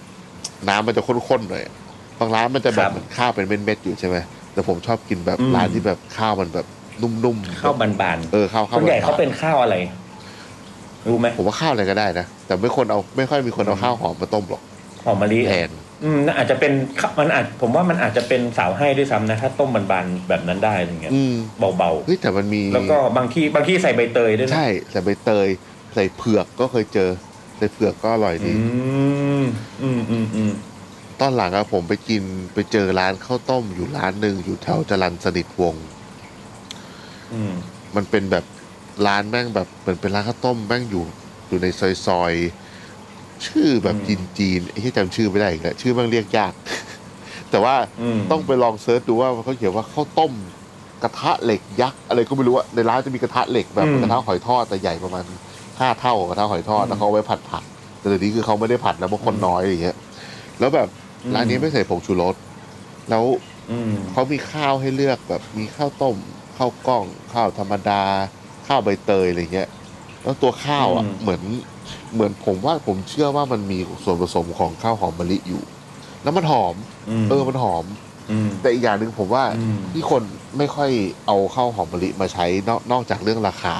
B: น้ำมันจะข้นๆหน่อยอะบางร้านมันจะแบ
D: ครับ บ
B: เหมือนข้าวเป็นเม็ดๆอยู่ใช่ไหมแต่ผมชอบกินแบบ
D: อืม
B: ร้านที่แบบข้าวมันแบบนุ่มๆ
D: ข้าวบาน
B: เออข้าว
D: ๆ
B: ข้าว
D: ส่วนใหญ่เขา
B: บๆ
D: เป็นข้าวอะไร รู้ไหม
B: ผมว่าข้าวอะไรก็ได้นะ แ แต่ไม่คนเอาไม่ค่อยมีคนเอาข้าวหอมมาต้มหรอก
D: หอมมะลิ
B: แทน
D: อืมน่าอาจจะเป็นมันอาจผมว่ามันอาจจะเป็นสาวให้ด้วยซ้ำนะ ถ้าต้มบานๆแบบนั้นได้อะไรเงี้ย
B: อืม
D: เบา
B: เฮ้ยแต่มันมี
D: ๆ แล้วก็บางที่บางที่ใส่ใบเตยด้วยนะ
B: ใช่ใส่ใบเตยใส่เผือกก็เคยเจอใส่เผือกก็อร่อย
D: อื
B: ดี
D: มอืมอืมอืม
B: ตอนหลังอะผมไปกินไปเจอร้านข้าวต้มอยู่ร้านหนึ่งอยู่แถวจรัญสนิทวงศ์
D: อืม
B: มันเป็นแบบร้านแม่งแบบเหมือนเป็นร้านข้าวต้มแม่งอยู่อยู่ในซอยซอยๆชื่อแบบจีนจีนๆไอ้ที่จำชื่อไม่ได้อีกแล้วชื่อแม่งเรียกยาก แต่ว่า
D: อืม
B: ต้องไปลองเซิร์ชดูว่าเขาเขียนว่าข้าวต้ม กระทะเหล็กยักษ์อะไรก็ไม่รู้อะในร้านจะมีกระทะเหล็กแบบกระทะหอยทอดแต่ใหญ่ประมาณห้าเท่าของกระทะหอยทอดแล้วเขาเอาไว้ผัดผัก แต่เดี๋ยวนี้คือเขาไม่ได้ผัดแล้วเพราะคนน้อยอย่างเงี้ยแล้วแบบร้านนี้ไม่ใส่ผงชูรสแล้ว
D: อืม
B: เขามีข้าวให้เลือกแบบมีข้าวต้มข้าวกล้อง ข้าวธรรมดา ข้าวใบเตยอะไรเงี้ย แล้วตัวข้าวอ่ะเหมือนเหมือนผมว่าผมเชื่อว่ามันมีส่วนผสมของข้าวหอมมะลิอยู่ แล้วมันหอม
D: ม
B: เออมันหอม
D: อืม
B: แต่อีกอย่างหนึ่งผมว่า
D: อืม
B: ที่คนไม่ค่อยเอาเข้าวหอมมะลิมาใช้นอกนอกจากเรื่องราคา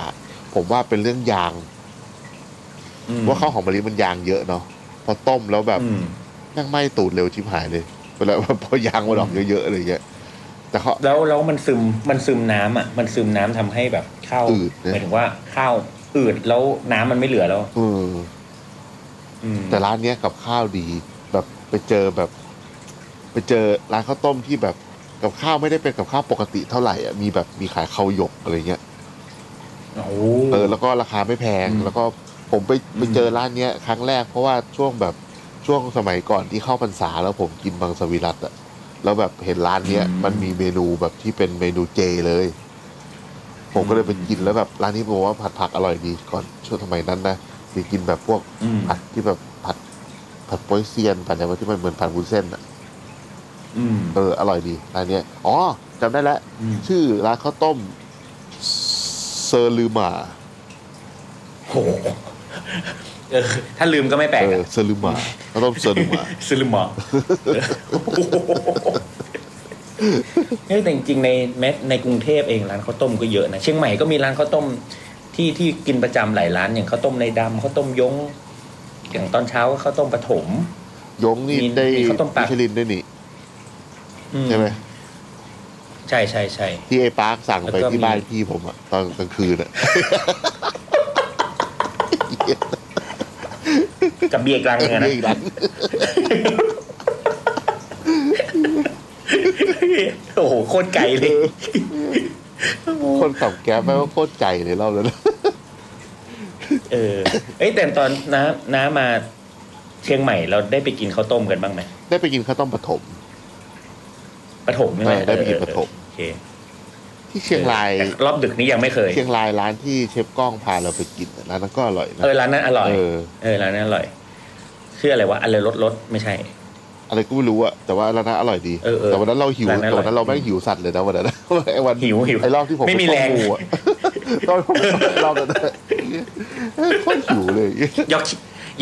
B: ผมว่าเป็นเรื่องยาง
D: อืม
B: ว่าข้าวหอมมะลิมันยางเยอะเนาะพอต้มแล้วแบบ
D: อืม
B: แม่งไหม้ตูดเร็วชิบห ายเลยเวลา พอยางมันออกเยอะๆอะไรเงี้ยแต่เขา
D: แล้วแล้วมันซึมมันซึมน้ำอ่ะ มันซึมน้ำทำให้แบบข้าว
B: อืดนะ
D: หมายถึงว่าข้าวอืดแล้วน้ำมันไม่เหลือแล้ว
B: เออ
D: อืม
B: แต่ร้านเนี้ยกับข้าวดี แบบไปเจอแบบ ไปเจอร้านข้าวต้มที่แบบกับข้าวไม่ได้เป็นกับข้าวปกติเท่าไหร่อ่ะมีแบบมีขายข้าวหยกอะไรเงี้ย
D: โอ้
B: เออแล้วก็ราคาไม่แพง
D: อืม
B: แล้วก็ผมไป
D: อืม
B: ไปเจอร้านเนี้ยครั้งแรกเพราะว่าช่วงแบบช่วงสมัยก่อนที่เข้าพรรษาแล้วผมกินบางสวิรัตอะแล้วแบบเห็นร้านเนี้ยมันมีเมนูแบบที่เป็นเมนูเจเลย ผมก็เลยไปกินแล้วแบบร้านนี้บอกว่าผัดผักอร่อยดีก่อนช่วงสมัยนั้นนะไปกินแบบพวก
D: อืม
B: ผัดที่แบบผัดผัดโป๊ยเซียนผัดอะไรที่มันเหมือนผัดวุ้นเส้นอะ
D: อืม
B: เอออร่อยดีร้านเนี้ยอ๋อจำได้แล้ว
D: อืม
B: ชื่อร้านข้าวต้มเซอร์ลือหมา
D: โห เออถ้าลืมก็ไม่แปลก
B: เออ
D: อะ
B: เซอร์ลูมาข้าวต้มเซอร์ลู มา
D: ซึลมอโอ้โห เฮ้ยแต่จริงๆในแม้ในกรุงเทพเองร้านข้าวต้มก็เยอะนะเชียงใหม่ก็มีร้านข้าวต้มที่ที่กินประจำหลายร้านอย่างข้าวต้มในดำข้าวต้มยง อย่างตอนเช้าก็ข้าวต้มปฐม
B: ยงนี่
D: มี
B: ได้
D: มีข้าวต้มปลา
B: มิชลินด้วยนี่
D: อื
B: ใช่ไหม
D: ใช่ใช่ใช่
B: ที่ไอ้ปาร์คสั่งไป
D: แล้วก็
B: ที่บ้าน
D: มี
B: พี่ผมอะตอนกลางคืนอะ
D: กับเบียร์กลางเมืองนะ
B: เรื่อง นั้น
D: โอ้โหโคตรไกลเลย
B: คนขับแก๊ปแม่งก็โคตรใจเลยเล่าแล้วนะ
D: เออเอ้ยแต่ตอนน้าน้ามาเชียงใหม่เราได้ไปกินข้าวต้มกันบ้างไหม
B: ได้ไปกินข้าวต้มปฐม
D: ปฐมใช่ไหม
B: เออได้ไปกิน
D: เออเออ
B: ปฐม
D: โอเค
B: ที่เชียงราย
D: แต่รอบดึกนี้ยังไม่เคย
B: เชียงรายร้านที่เชฟกล้องพาเราไปกินอะร้านนั้นก็อร่อยนะ
D: เออร้านนั้นอร่อย
B: เออ
D: เออร้านนั้นอร่อยชื่ออะไรวะอะไรรสรสไม่ใช่
B: อะไรก็ไม่รู้อะแต่ว่าร้านนั้นอร่อยดี
D: เออเออ
B: แต่วันนั้นเราหิว
D: ร้านนั้นอร่อย
B: แต่วันนั้นเราแม่งหิวสัตว์เลยนะวัน นั้นไอ้วัน
D: หิวหิว
B: ไอ้รอบที่ผม
D: ไม่มี
B: ปต้
D: แรง
B: งูอะ รอบที่ผมไปต้มรอบนั้นอะ เออโคตรหิวเลย
D: ยอก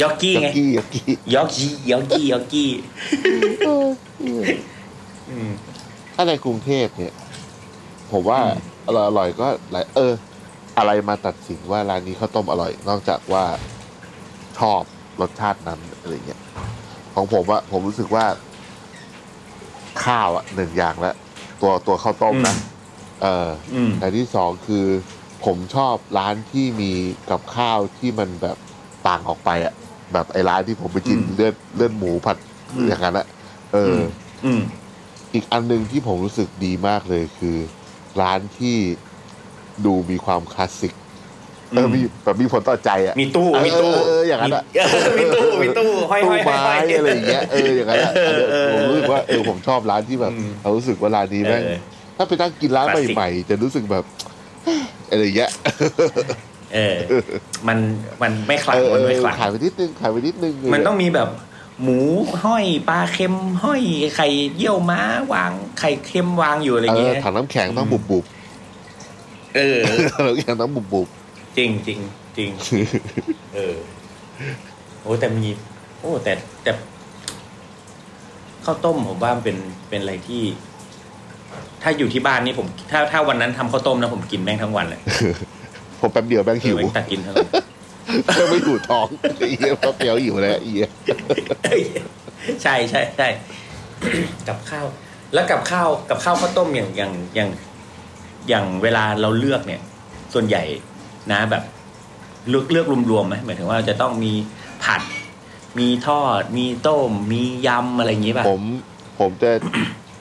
D: ยอกกี้
B: ยอก
D: ไง
B: กี้ยอกกี้
D: ยอกกี้ยอกกี้ยอกกี้อืม
B: ถ้าในกรุงเทพเนี่ย ผมว่า
D: อืม
B: อร่อยอร่อยก็หลายเออ อะไรมาตัดสินว่าร้านนี้ข้าวต้มอร่อย นอกจากว่าชอบรสชาตินั้นอะไรเงี้ยของผมอะผมรู้สึกว่า ข้าวอะหนึ่งอย่างละตัวตัวข้าวต้มนะเออ
D: อืม
B: แต่ที่สองคือ ผมชอบร้านที่มีกับข้าวที่มันแบบต่างออกไปอะแบบไอ้ร้านที่ผมไปกินเลือดเลือดหมูผัดอย่างนั้นอะเอออ
D: อืม
B: อีกอันหนึ่งที่ผมรู้สึกดีมากเลยคือ ร้านที่ดูมีความคลาสสิกเออมีแบบมีผลต่อใจอ่ะ
D: มีตู้มีตู้
B: เออเอออย่างนั้นอะ
D: มีมี ตู้มีตู้ห้อย
B: ตู้
D: ห้อยห้อย
B: ไม้
D: ห้อย
B: อะไรอย่าง เงี้ยเอออย่างนั้นอะ
D: เออเออ
B: ผมรู้สึกว่าเออผมชอบร้านที่แบบ
D: อืม
B: เรารู้สึกว่าร้านนี้แม่ง
D: เออ
B: ถ้าไปนั่งกินร้าน
D: คลาสสิก
B: ใหม่ๆจะรู้สึกแบบ อะไรอย่างเงี้ย
D: เออ มัน มันไม่ขลัง
B: เออเอ
D: มัน
B: อ
D: ไม่ขลัง
B: ขายไปนิดนึงขายไปนิดนึงะไรย่าเย
D: มันต้องมีแบบ หมูห้อยปลาเค็มห้อยไข่เยี่ยวม้าวางไข่เค็มวางอยู่อะไร
B: เอ
D: เงี้
B: อย ถังน้ำแข็งต้องบุบบุบ
D: เออ
B: ๆ ถังน้ำแข็งต้องบุบบุบ
D: จริงจริงจริ ง เออ โอ้แต่มี โอ้แต่แต่ข้าวต้มผมว่ามันเป็นเป็นอะไรที่ ถ้าอยู่ที่บ้านนี่ผม ถ้าถ้าวันนั้นทำข้าวต้มนะผมกินแม่งทั้งวันเลย
B: ผมแป๊บเดียวแม่งหิว
D: เออแม่งตัดกินทั้งวัน
B: แค่ไม่ถูกท้องไอ้เหี้ยก็เปรี้ยวอยู่แล้วไอ้เหี้ย
D: ใช่ใช่ใช่ กับข้าว แล้วกับข้าวกับข้าวข้าวต้มอย่างอย่างอย่างอย่างเวลาเราเลือกเนี่ย ส่วนใหญ่นะแบบ เลือกเลือกรวมๆไหมหมายถึงว่าจะต้องมีผัด มีทอด มีต้ม มียำอะไรอย่างงี้ป่ะ
B: ผมผมจะ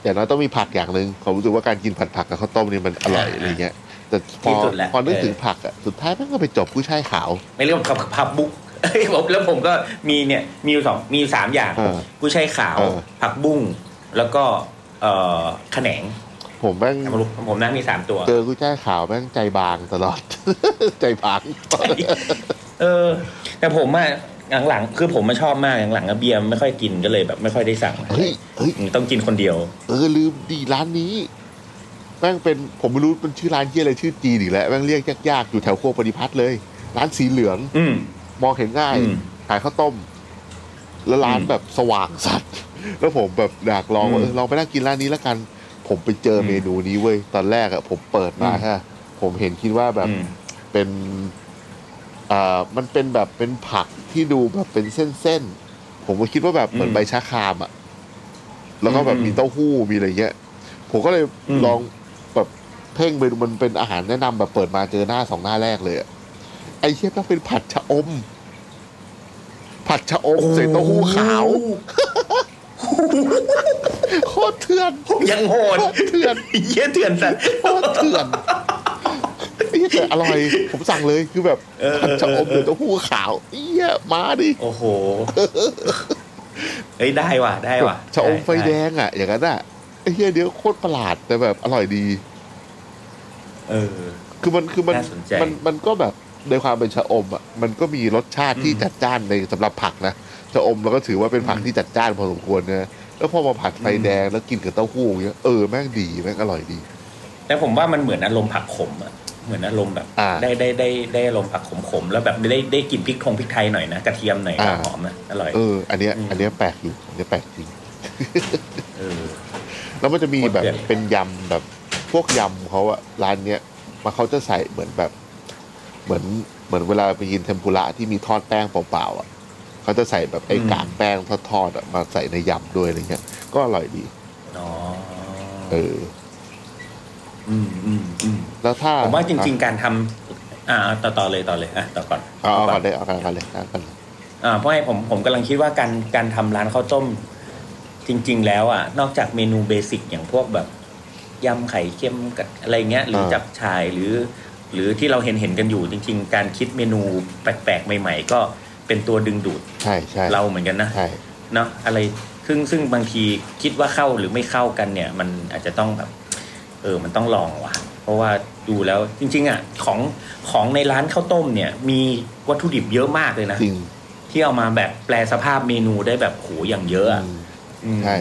B: อย่างน้อยต้องมีผักอย่างหนึ่งผมรู้สึกว่าการกินผัดผักกับข้าวต้มนี่มันอร่อยอะไรเงี้ยแต่พอ
D: ที่สุดแหละ
B: พอนึกถึงผักอ่ะสุดท้ายมันก็ไปจบกุ้ยช่ายขาว
D: ไม่เรียกว่าผับผับบุ๊ก เอ้ยผมแล้วผมก็มีเนี่ยมีอยู่สองมีอยู่สามอย่าง
B: เออ
D: กุ้ยช่ายขาว
B: เออ
D: ผักบุ้งแล้วก็เอ่อแขนง
B: ผมแม่ง
D: ผมนะมีสามตัว
B: เจอกุ้ยช่ายขาวแม่งใจบางตลอด ใจบาง
D: เออ แต่ผมอะหลังๆคือผมมาชอบมากหลังๆอะเบียร์ไม่ค่อยกินก็เลยแบบไม่ค่อยได้สั่ง
B: เฮ้ยเฮ้ย
D: ต้องกินคนเดียว
B: เออลืมดีร้านนี้ แม่งเป็นผมไม่รู้เป็นชื่อร้านที่อะไรชื่อจีนอีกแล้วแม่งเรียกยากๆอยู่แถวโคกปฏิพัฒน์เลย ร้านสีเหลือง
D: อืม
B: มองเห็นง่าย
D: อืม
B: ขายข้าวต้ม แล้วร้าน
D: อืม
B: แบบสว่างสัตว์ แล้วผมแบบอยากลองว่า
D: อืม
B: เออลองไปนั่งกินร้านนี้แล้วกัน ผมไปเจออ
D: ม
B: เมนูนี้เว้ยตอนแรกอะผมเปิดมา
D: อืม
B: ฮะผมเห็นคิดว่าแบบ
D: อืม
B: เป็นอ่ามันเป็นแบบเป็นผักที่ดูแบบเป็นเส้นๆ ผมก็คิดว่าแบบเหมือน
D: อืม
B: ใบชะครามอะ่ะ แล้วก็แบบ
D: อืม
B: มีเต้าหู้มีอะไรเงี้ย ผมก็เลย
D: อืม
B: ลองแบบเพ่งไปดูมันเป็นอาหารแนะนำแบบเปิดมาเจอหน้าสองหน้าแรกเลยอะไอ้เชี่ยต้องเป็นผัดชะอม ผัดชะอมใส่เต้าหู้ขาว โคตรเถื่อน
D: ยังโหด
B: โคตรเถื่อน
D: เยี่ยเถื่อนสัตว์
B: โคตรเถื่อนนี่แต่อร่อย ผมสั่งเลยคือแบบ
D: เออ
B: ผัดชะอมหรือเต้าหู้ขาวเอี้ยมาดิ
D: โอ้โหเอ้ยได้ว่ะ ได้ว่ะ
B: ชะอมไฟแด
D: ด้
B: งอ่ะ อย่างนั้นอ่ะไอ้เฮียเดี๋ยวโคตรประหลาดแต่แบบอร่อยดี
D: เออ
B: คือมันคือมัน
D: น่าสนใจ
B: มันมันก็แบบในความเป็นชะอมอ่ะมันก็มีรสชาติที่
D: อืม
B: จัดจ้านในสำหรับผักนะชะอมเราก็ถือว่าเป็นผักที่จัดจ้านพอสมควรนะแล้วพอมาผัดไฟแดงแล้วกินกับเต้าหู้อย่างเงี้ยเออแม่งดีแม่งอร่อยดี
D: แต่ผมว่ามันเหมือนอารมณ์ผักขมอะเหมือนอารมณ์แบบ
B: อ่า
D: ได้ได้ได้ได้อารมณ์ผักขมขมๆแล้วแบบได้ได้กลิ่นพริกทงพริกไทยหน่อยนะกระเทียมหน่อย
B: อ่า
D: หอมนะอร่อย
B: เออ อันเนี้ย
D: อืม
B: อันเนี้ยแปลกอยู่อันเนี้ยแปลกจริง
D: เออ
B: แล้วมันจะมีแบบ
D: คนเดือดเลย
B: เป็นยำแบบพวกยำเขาอะร้านเนี้ยมาเขาจะใส่เหมือนแบบ เหมือนเหมือนเวลาไปกินเทมปุระที่มีทอดแป้งเปล่าๆอะเขาจะใส่แบบไอ้กากแป้งทอดๆอะมาใส่ในยำด้วยอะไรเงี้ยก็อร่อยดี
D: อ๋อ
B: เออ
D: อืมอืมอืม
B: แล้วถ้า
D: ผมว่าจริง ๆ การทำอ่าต่อต่อเลยต่อเลยอ่ะต่อก่อน
B: เอาเอา
D: ต่
B: ก่
D: อ
B: อนเลยเอาก่อนเลยเอาก่อนเลย
D: อ่าเพราะให้ผมผมกำลังคิดว่าการการทำร้านข้าวต้ม จริง ๆ แล้วอ่ะนอกจากเมนูเบสิกอย่างพวกแบบยำไข่เค็มกับอะไรเงี้ย หรืออา จับชายหรือ หรือที่เราเห็นเห็นๆกันอยู่จริง ๆ การคิดเมนูแปลกๆ ใหม่ ๆ ก็เป็นตัวดึงดูด
B: ใช่ใช่
D: เราเหมือนกันนะ
B: ใช่
D: เนาะอะไรซึ่งซึ่งบางทีคิดว่าเข้าหรือไม่เข้ากันเนี่ย มันอาจจะต้องแบบ เออมันต้องลองว่ะ เพราะว่าดูแล้วจริง ๆ อ่ะ ของของในร้านข้าวต้มเนี่ย มีวัตถุดิบเยอะมากเลยนะ
B: จริง
D: ที่เอามาแบบแปลสภาพเมนูได้แบบโหอย่างเยอะอะ
B: อืม
D: อืม
B: ใช่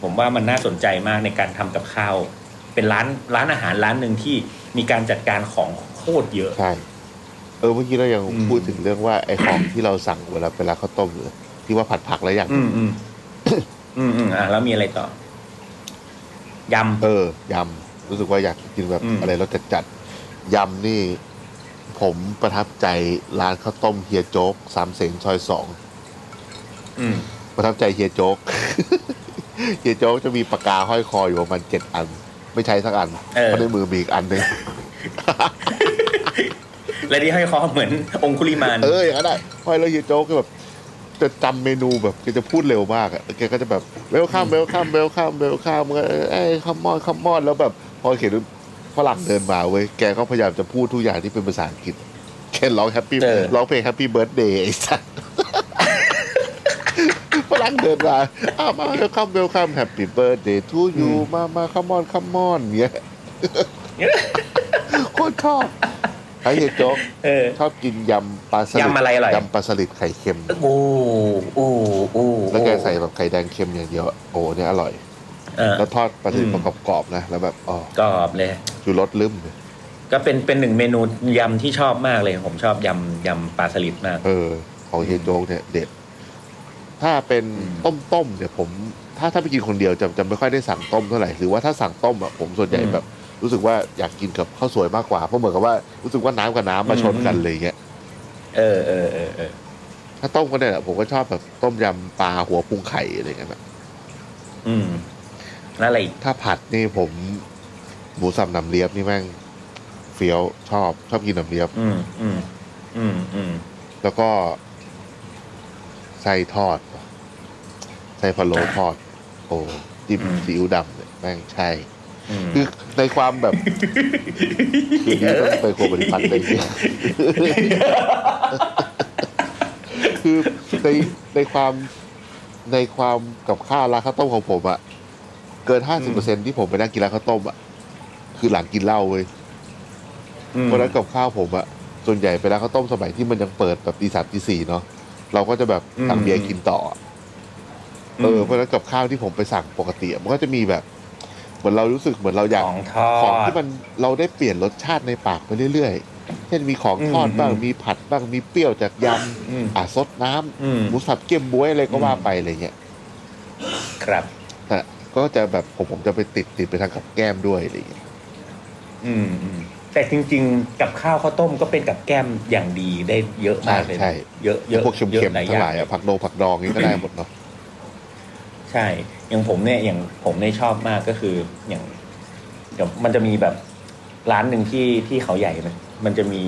D: ผมว่ามันน่าสนใจมากในการทำกับข้าว เป็นร้านร้านอาหารร้านหนึ่งที่มีการจัดการของโคตรเยอะ
B: ใช่เออเมื่อกี้เรายัง
D: อืม
B: พูดถึงเรื่องว่าไอ้ของที่เราสั่งเวลาเวลาข้าวต้มเลยที่ว่าผัดผักแล้วอย่าง
D: อืมอืม อืมอืมอ่ะแล้วมีอะไรต่อ ย
B: เออยำรู้สึกว่าอยากกินแบบ
D: อืม
B: อะไรรสจัดจัดๆยำนี่ ผมประทับใจร้านข้าวต้มเฮียโจ๊กสามเสนซอยสอง
D: ำอืม
B: ประทับใจเฮียโจ๊ก เฮียโจ๊กจะมีปากกาห้อยคออยู่ประมาณเจ็ดอัน ไม่ใช้สักอัน
D: เออ
B: เพราะในมือมีอีกอันหนึ่ง
D: และที่ให้คอเหมือนองคุลิมาน
B: เอออย่างนั้นแหละห้อยแล้วเฮียโจ๊กก็แบบ จะจำเมนูแบบแกจะพูดเร็วมากอะแกก็จะแบบเวลข้ามเวลข้ามเวลข้ามเวลข้ามเอ้ยคัมมอนคัมมอนแล้วแบบ พอเห็นฝรั่งเดินมาเว้ยแกก็พยายามจะพูดทุกอย่างที่เป็นภาษาอังกฤษเช่นร้องแฮปปี้
D: เออ
B: ร้องเพลงแฮปปี้เบิร์ดเดย์ไอ้สัส ฝรั่งเดินมาอ้าวมาเวลข้ามเวลข้ามแฮปปี้เบิร์ดเดย์ทูยูมามาคัมมอนคัมมอนเนี้ยโคตรชอบ ไอ้เหี้ยโจ๊ก
D: เออ
B: ชอบกินยำปลาสลิด
D: ยำอะไรอร่อย
B: ยำปลาสลิดไข่เค็ม
D: โอ้โอ้โอ้
B: แล้วแกใส่แบบไข่แดงเค็มอย่างเดียวอะโอ้เนี่ยอร่อย
D: เออ
B: แล้วทอดปลาทู
D: อืม
B: ประกอบกรอบๆนะ แล้วแบบอ๋อก
D: รอบเลย
B: อยู่รสลืมเลย
D: ก็เป็นเป็นหนึ่งเมนูยำที่ชอบมากเลย ผมชอบยำยำปลาสลิดมาก
B: เออ ของเฮียโจ๊กเนี่ยเด็ด ถ้าเป็น
D: อื
B: ต้มต้มๆเนี่ยผม ถ้าถ้าไปกินคนเดียวจะจะไม่ค่อยได้สั่งต้มเท่าไหร่ หรือว่าถ้าสั่งต้มอ่ะผมส่วนใหญ่
D: อืม
B: แบบ รู้สึกว่าอยากกินกับข้าวสวยมากกว่า เพราะเหมือนกับว่ารู้สึกว่าน้ำกับน้ำมาชนกัน
D: อืม
B: เลยเงี้ย
D: เออเออเออเออ
B: ถ้าต้มก็ได้แหละผมก็ชอบแบบต้มยำปลาหัวปรุงไข่อะไรเงี้ยนะ
D: อืมแล้วอะไรอีก
B: ถ้าผัดนี่ผมหมูสับหนำเลียบนี่แม่งเฟี้ยวชอบชอบกินหนำเลียบ
D: อืมอืมอืมอืม
B: แล้วก็ไส้ทอดไส้พะโล้ทอด โอ้จิ้มซีอิ๊วดำเนี่ยแม่งใช่
D: อืม
B: คือในความแบบ คืนนี้ต้องไปครัวบริพัตรเลยเนี่ย คือในในความในความกับข้าวร้านข้าวต้มของผมอะเกินห้าสิบเปอร์เซ็นที่ผมไปนั่งกินร้านข้าวต้มอะคือหลังกินเหล้าเว้ย
D: อืม
B: เพราะฉะนั้นกับข้าวผมอะส่วนใหญ่ไปร้านข้าวต้มสมัยที่มันยังเปิดแบบตีสามตีสี่เนาะเราก็จะแบบสั่งเบียร์กินต่ออะ เออเพราะฉะนั้นกับข้าวที่ผมไปสั่งปกติอะมันก็จะมีแบบ เหมือนเรารู้สึกเหมือนเราอยาก
D: ของทอ
B: ของ
D: ด
B: ที่มันเราได้เปลี่ยนรสชาติในปากไปเรื่อยๆ เช่นมีของทอด
D: อืม
B: บ้าง
D: อืม
B: มีผัดบ้างมีเปรี้ยวจากย
D: อืม
B: ำอ่ะซดน้ำ
D: อืม
B: หมูสับเกี๊ยมบ๊วยอะไรก็ว่าไปอะไรเงี้ย
D: ครับ
B: แต่ก็จะแบบผมผมจะไปติดติดไปทางกับแก้มด้วยอะไรเงี้ย
D: อืมอืมแต่จริง ๆ กับข้าวข้าวต้มก็เป็นกับแก้มอย่างดีได้เยอะมากเลยนะเยอะเยอะ
B: พวกเค็
D: ย
B: ม
D: อะ
B: ๆทั้งหลายอะผักโดองผักดองนี่ก็ได้หมดเนาะ
D: ใช่ อย่างผมเนี่ยอย่างผมเนี่ยชอบมากก็คืออย่างเดี๋ยวมันจะมีแบบร้านหนึ่งที่ที่เขาใหญ่มันมันจะมี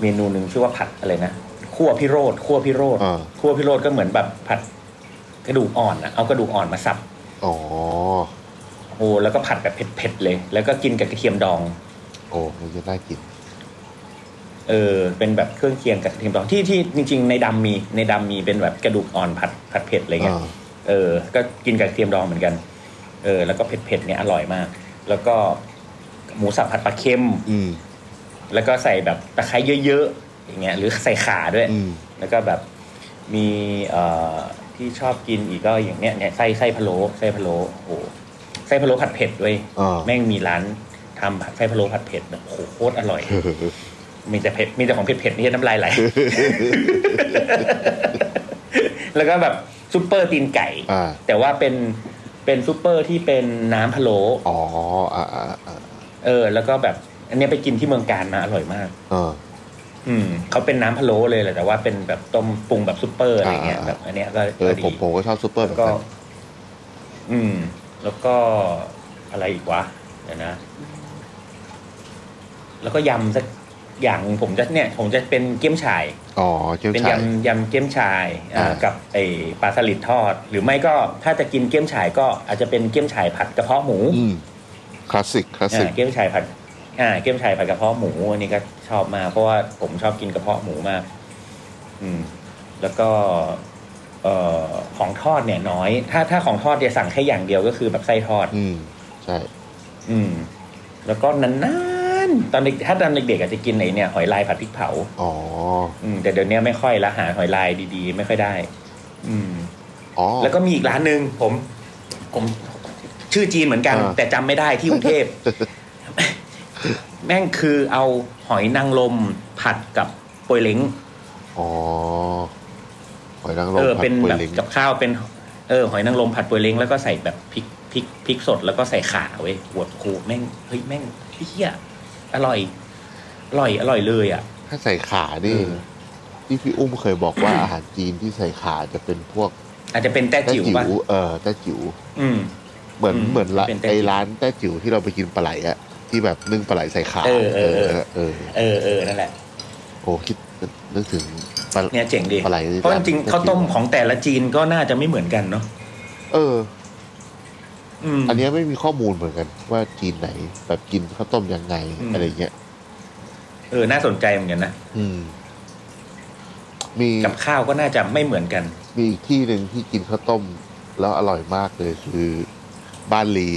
D: เมนูหนึ่งชื่อว่าผัดอะไรนะขั่วพิโรธขั่วพิโรธ
B: อ่า
D: ขั่วพิโรธก็เหมือนแบบผัดกระดูกอ่อนอะเอากระดูกอ่อนมาสับ
B: อ๋อ
D: โอ้แล้วก็ผัดแบบเผ็ดๆเลย แล้วก็กินกับกระเทียมดอง
B: โอ้มันจะน่ากิน
D: เออเป็นแบบเครื่องเคียงกับกระเทียมดองที่ที่จริง ๆ ในดำมีในดำมีเป็นแบบกระดูกอ่อนผัดผัดเผ็ดอะไรเงี้ย
B: อ่า
D: เออ ก็กินกับกระเทียมดองเหมือนกันเออแล้วก็เผ็ดเผ็ดๆเนี่ยอร่อยมาก แล้วก็หมูสับผัดปลาเค็ม
B: อืม
D: แล้วก็ใส่แบบตะไคร้เยอะๆอย่างเงี้ยหรือใส่ข่าด้วย
B: อืม
D: แล้วก็แบบมีเอ่อที่ชอบกินอีกก็อย่างเนี้ยเนี่ยไส้ไส้พะโล้ไส้พะโล้โอ้โหไส้พะโล้ผัดเผ็ดเว้ย
B: อ่า
D: แม่งมีร้านทำผัดไส้พะโล้ผัดเผ็ดแบบโอ้โหโคตรอ ร่อย มีแต่เผ็ดมีแต่ของเผ็ดๆนี่น้ำลาย ไหล แล้วก็แบบซุปเปอร์ตีนไก่
B: อ่า
D: แต่ว่าเป็นเป็นซุปเปอร์ที่เป็นน้ำพะโล้
B: อ๋ออ่าอ่าอ่า
D: เออ แล้วก็แบบ อันเนี้ยไปกินที่เมืองการมาอร่อยมาก
B: อ่า
D: อืมเขาเป็นน้ำพะโล้เลยแหละแต่ว่าเป็นแบบต้มปรุงแบบซุปเปอร์อะไรเงี้ย
B: อ่า
D: แบบอันเนี้ยก็
B: เอ
D: ก็
B: อ
D: ดี
B: ผมผมก็ชอบซูเปอร์
D: แล้ว
B: แบบ
D: ก็
B: นั้น
D: อืม แล้วก็อะไรอีกวะเดี๋ยวนะ แล้วก็ยำสักอย่างหนึ่งผมจะเนี่ย ผมจะเป็นเกี๊ยมฉ่าย
B: อ๋อเกี๊ยว
D: เป็น
B: ฉ่าย
D: ยำยำเกี๊ยมชายอ่า
B: อ่ากั
D: กับไอปลาสลิดทอด หรือไม่ก็ถ้าจะกินเกี๊ยมชายก็อาจจะเป็นเกี๊ยมชายผัดกระเพาะหมู
B: อืมคลาสสิกคลาสสิก
D: อ่าเกี๊ยมชายผัดอ่าเกี๊ยมชายผัดกระเพาะหมูอันนี้ก็ชอบมากเพราะว่าผมชอบกินกระเพาะหมูมาก อืม แล้วก็เอ่อของทอดเนี่ยน้อย ถ้าถ้าของทอดจะสั่งแค่อย่างเดียวก็คือแบบไส้ทอด
B: อืม ใช่
D: อืม แล้วก็นานๆตอนเด็กถ้าตอนเด็กๆอาจจะกินไอเนี่ยหอยลายผัดพริกเผา
B: อ๋อ
D: อืมแต่เดี๋ยวนี้ไม่ค่อยละหาหอยลายดีๆ ไม่ค่อยได้ อืม
B: อ๋อ
D: แล้วก็มีอีกร้านหนึ่งผม ผมชื่อจีนเหมือนกัน
B: อ่า
D: แต่จำไม่ได้ที่กรุงเทพ แม่งคือเอาหอยนางรมผัดกับโปยเล้ง
B: อ๋อหอยนางรม
D: เออ
B: ผัด
D: เป็น
B: โปย
D: แบบ
B: เล้ง
D: กับข้าวเป็นเออหอยนางรมผัดโปยเล้งแล้วก็ใส่แบบพริกพริกพริกสดแล้วก็ใส่ข่าเว้ยหวดคูแม่งเฮ้ยแม่งเฮียอร่อย อร่อยอร่อยเลยอ่ะ
B: ถ้าใส่ขานี่
D: เออ
B: ที่พี่อุ้มเคยบอกว่า อาหารจีนที่ใส่ขาจะเป็นพวก
D: อาจจะเป็นแต้
B: แต้
D: จิ๋ว
B: จิ๋ว
D: ป่ะ
B: เออแต้จิ๋ว
D: อืม
B: เหมือน
D: อืม
B: เหมือนละ
D: เป็นแต้จิ๋ว
B: ไอร้านแต้จิ๋วที่เราไปกินปลาไหลอะที่แบบนึ่งปลาไหลใส่ขา
D: เออเออเออ
B: เออ
D: เออเออนั่นแหละ
B: โอ้คิดนึกถึงปลา
D: เนี่ยเจ๋งดี
B: อะไร
D: เพราะจริงๆข้าวต้มของแต่ละจีนก็น่าจะไม่เหมือนกันเนาะ
B: เออ
D: อืม
B: อันเนี้ยไม่มีข้อมูลเหมือนกัน ว่าจีนไหน แบบกินข้าวต้มยังไง
D: อืม
B: อะไรเงี้ย
D: เออ น่าสนใจเหมือนกันนะ
B: อืม มี
D: กับข้าวก็น่าจะไม่เหมือนกัน
B: มีอีกที่หนึ่งที่กินข้าวต้ม แล้วอร่อยมากเลยคือบ้านลี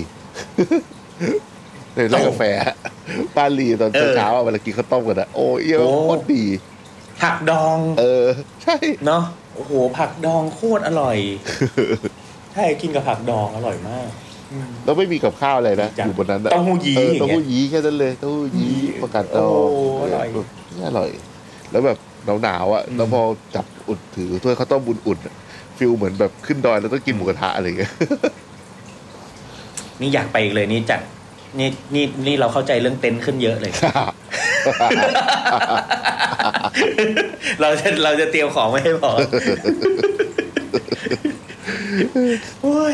B: ในร้านกาแฟ บ้านลีตอน
D: เออ
B: เช้าๆอะเวลากินข้าวต้มกันอะโอ้ยเอี้ย
D: โอ้
B: โคตรดี
D: ผักดอง
B: เออ ใช่
D: เนาะโอ้โห ผักดองโคตรอร่ อยใช่กินกับผักดองอร่อยมาก
B: แล้วไม่มีกับข้าวอะไรนะ
D: จัง
B: อยู่บนนั้นอะ
D: เต้าหู้ยี้
B: เออ
D: อย่างเงี้ย
B: เต้าหู้ยี้แค่นั้นเลยเต้าหู้ยี้
D: อืม
B: ประกาศดอง
D: โอ้อร่อย
B: นี่อร่อย แล้วแบบหนาวๆอะ
D: อืม
B: แล้วพอจับอุดถือถ้วยข้าวต้มอุ่นๆอะฟิลเหมือนแบบขึ้นดอยแล้วต้องกินหมูกระทะอะไรเงี้ย
D: นี่อยากไปอีกเลยนี่จัดนี่นี่นี่เราเข้าใจเรื่องเต็นท์ขึ้นเยอะเลย เราจะเราจะเตรียมของไม่ให้พ อโอ้ย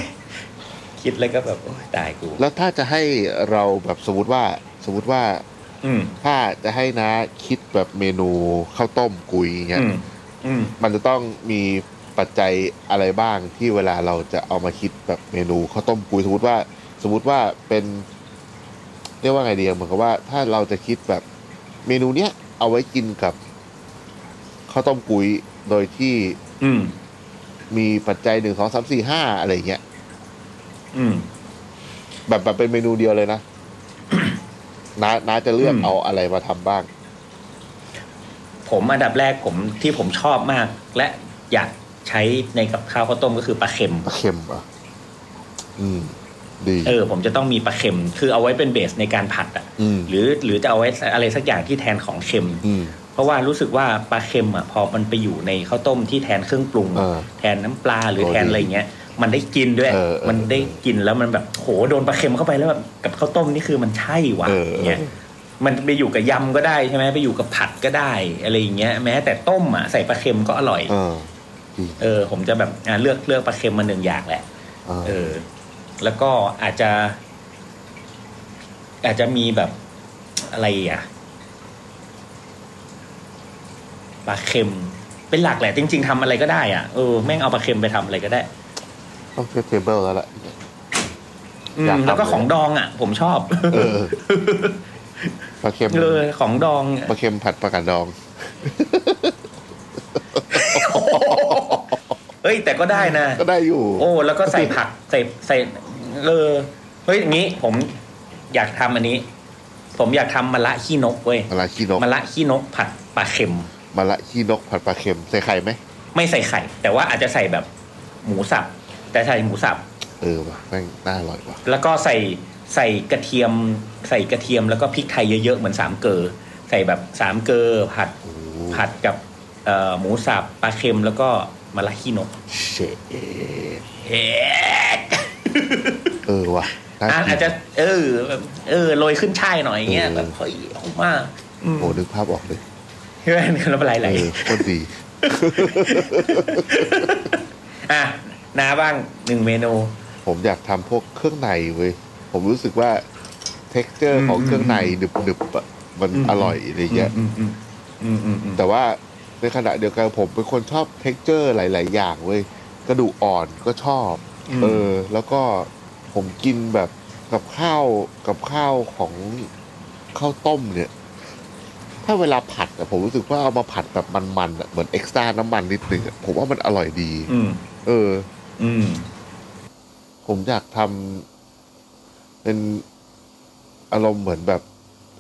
D: คิดแล้วก็แบบโอ้ยตายกู
B: แล้วถ้าจะให้เราแบบสมมติว่าสมมติว่า
D: อืม
B: ถ้าจะให้นะคิดแบบเมนูข้าวต้มกุยเงี้ย
D: อืมอืม
B: มันจะต้องมีปัจจัยอะไรบ้างที่เวลาเราจะเอามาคิดแบบเมนูข้าวต้มกุย สมมติว่า สมมติว่าเป็นเรียกว่าไงดีอะเหมือนกับว่าถ้าเราจะคิดแบบเมนูเนี้ยเอาไว้กินกับข้าวต้มกุยโดยที่
D: อืม
B: มีปัจจัยหนึ่งสองสามสี่ห้าอะไรเงี้ย
D: อืม
B: แบบแบบเป็นเมนูเดียวเลยนะ น้าน้าจะเลือก
D: อืม
B: เอาอะไรมาทำบ้าง
D: ผมอันดับแรกผมที่ผมชอบมาก และอยากใช้ในกับข้าวข้าวต้มก็คือปลาเค็ม
B: ปลาเค็มเหรอ่ะ อืม ดี
D: เออ ผมจะต้องมีปลาเค็ม คือเอาไว้เป็นเบสในการผัดอ่ะ
B: อืม
D: หรือหรือจะเอาไว้อะไรสักอย่างที่แทนของเค็ม
B: อืม
D: เพราะว่ารู้สึกว่าปลาเค็มอ่ะพอมันไปอยู่ในข้าวต้มที่แทนเครื่องปรุง
B: เออ
D: แทนน้ำปลาหรือ
B: โอ้
D: แทนอะไรเงี้ย มันได้กินด้วย
B: เออเออ
D: มันได้กินแล้วมันแบบโหโดนปลาเค็มเข้าไปแล้วแบบกับข้าวต้มนี่คือมันใช่วะ
B: เออเออ
D: เนี่ยมันไปอยู่กับยำก็ได้ใช่ไหมไปอยู่กับผัดก็ได้อะไรอย่างเงี้ยแม้แต่ต้มอ่ะใส่ปลาเค็มก็อร่อย
B: เออ
D: เออผมจะแบบอ่ะเลือกเลือกปลาเค็มมาหนึ่งอย่างแหละ
B: เออ
D: เออ แล้วก็อาจจะ อาจจะมีแบบอะไรอ่ะปลาเค็ม เป็นหลักแหละ จริง ๆทำอะไรก็ได้อ่ะเออแม่งเอาปลาเค็มไปทำอะไรก็ได้
B: ต้องเทเบิลแล้วล่ะ
D: อืม
B: อยากทำ
D: แล้วก็ของดองอ่ะ ผมชอบ
B: เออปลาเค็ม
D: เออของดอง
B: ปลาเค็มผัดปลากาดดอง
D: เอ้ย แต่ก็ได้นะ
B: ก็ได้อยู่
D: โอ้ แล้วก็ใส่ผัก ใส่ใส่เออเฮ้ยอย่างนี้ผมอยากทำอันนี้ ผมอยากทำมะละขี้นกเว้ย
B: มะละขี้นก
D: มะละขี้นกผัดปลาเค็ม
B: มะละขี้นกผัดปลาเค็มใส่ไข่ไหม
D: ไม่ใส่ไข่ แต่ว่าอาจจะใส่แบบหมูสับ แต่ใส่หมูสับ
B: เออว่ะแม่งน่าอร่อยว่ะ
D: แล้วก็ใส่ใส่กระเทียม ใส่กระเทียมแล้วก็พริกไทยเยอะๆเหมือนสามเกลอใส่แบบสามเกลอผัด
B: โอ้
D: ผัดกับเอ่อหมูสับปลาเค็มแล้วก็มะละขี้นก
B: เชด
D: เอ๊ะ
B: เออว่ะน่
D: อ่ะ
B: กิน
D: อาจจะ เออแบบเออโรยขึ้นช่ายหน่อยอย่างเงี้ยแบบเฮ้ยเอามากอืม
B: โอ้นึกภาพออกเลย
D: ใช่ไหมแล้วเป็นไรไห
B: เอ
D: ล
B: อโคตรดี
D: อ่ะนาบ้างหนึ่งเมนู
B: ผมอยากทำพวกเครื่องในเว้ย ผมรู้สึกว่า t e x t อร์ของเครื่องในหนึบๆอะมัน
D: อืม
B: อร่อยอะไรเงี้ย
D: อืมอืมอืมอืมอืม
B: แต่ว่าในขณะเดียวกันผมเป็นคนชอบ t e x t อร์หลาย ๆ อย่างเว้ย กระดูกอ่อนก็ชอบ เออ แล้วก็ผมกินแบบกับข้าวกับข้าวของข้าวต้มเนี่ย ถ้าเวลาผัดอะผมรู้สึกว่าเอามาผัดแบบมันๆอะเหมือนเอ็กซ์ตร้าน้ำมันนิดนึงอะผมว่ามันอร่อยดี
D: อืม
B: เออ
D: อืม
B: ผมอยากทำเป็นอารมณ์เหมือนแบบ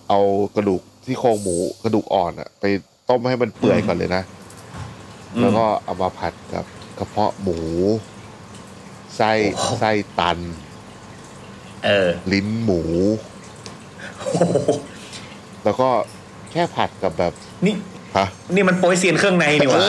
B: เอากระดูกที่โครงหมูกระดูกอ่อนอะไปต้มให้มันเปื่อยก่อนเลยนะ
D: อืม
B: แล้วก็เอามาผัดกับกระเพาะหมู ไส้
D: โอ้โห
B: ไส้ตัน
D: เออ
B: ลิ้นหมู แล้วก็แค่ผัดกับแบบ
D: นี่
B: ฮะ
D: นี่มันโป๊ยเซียนเครื่องในนี่หว่า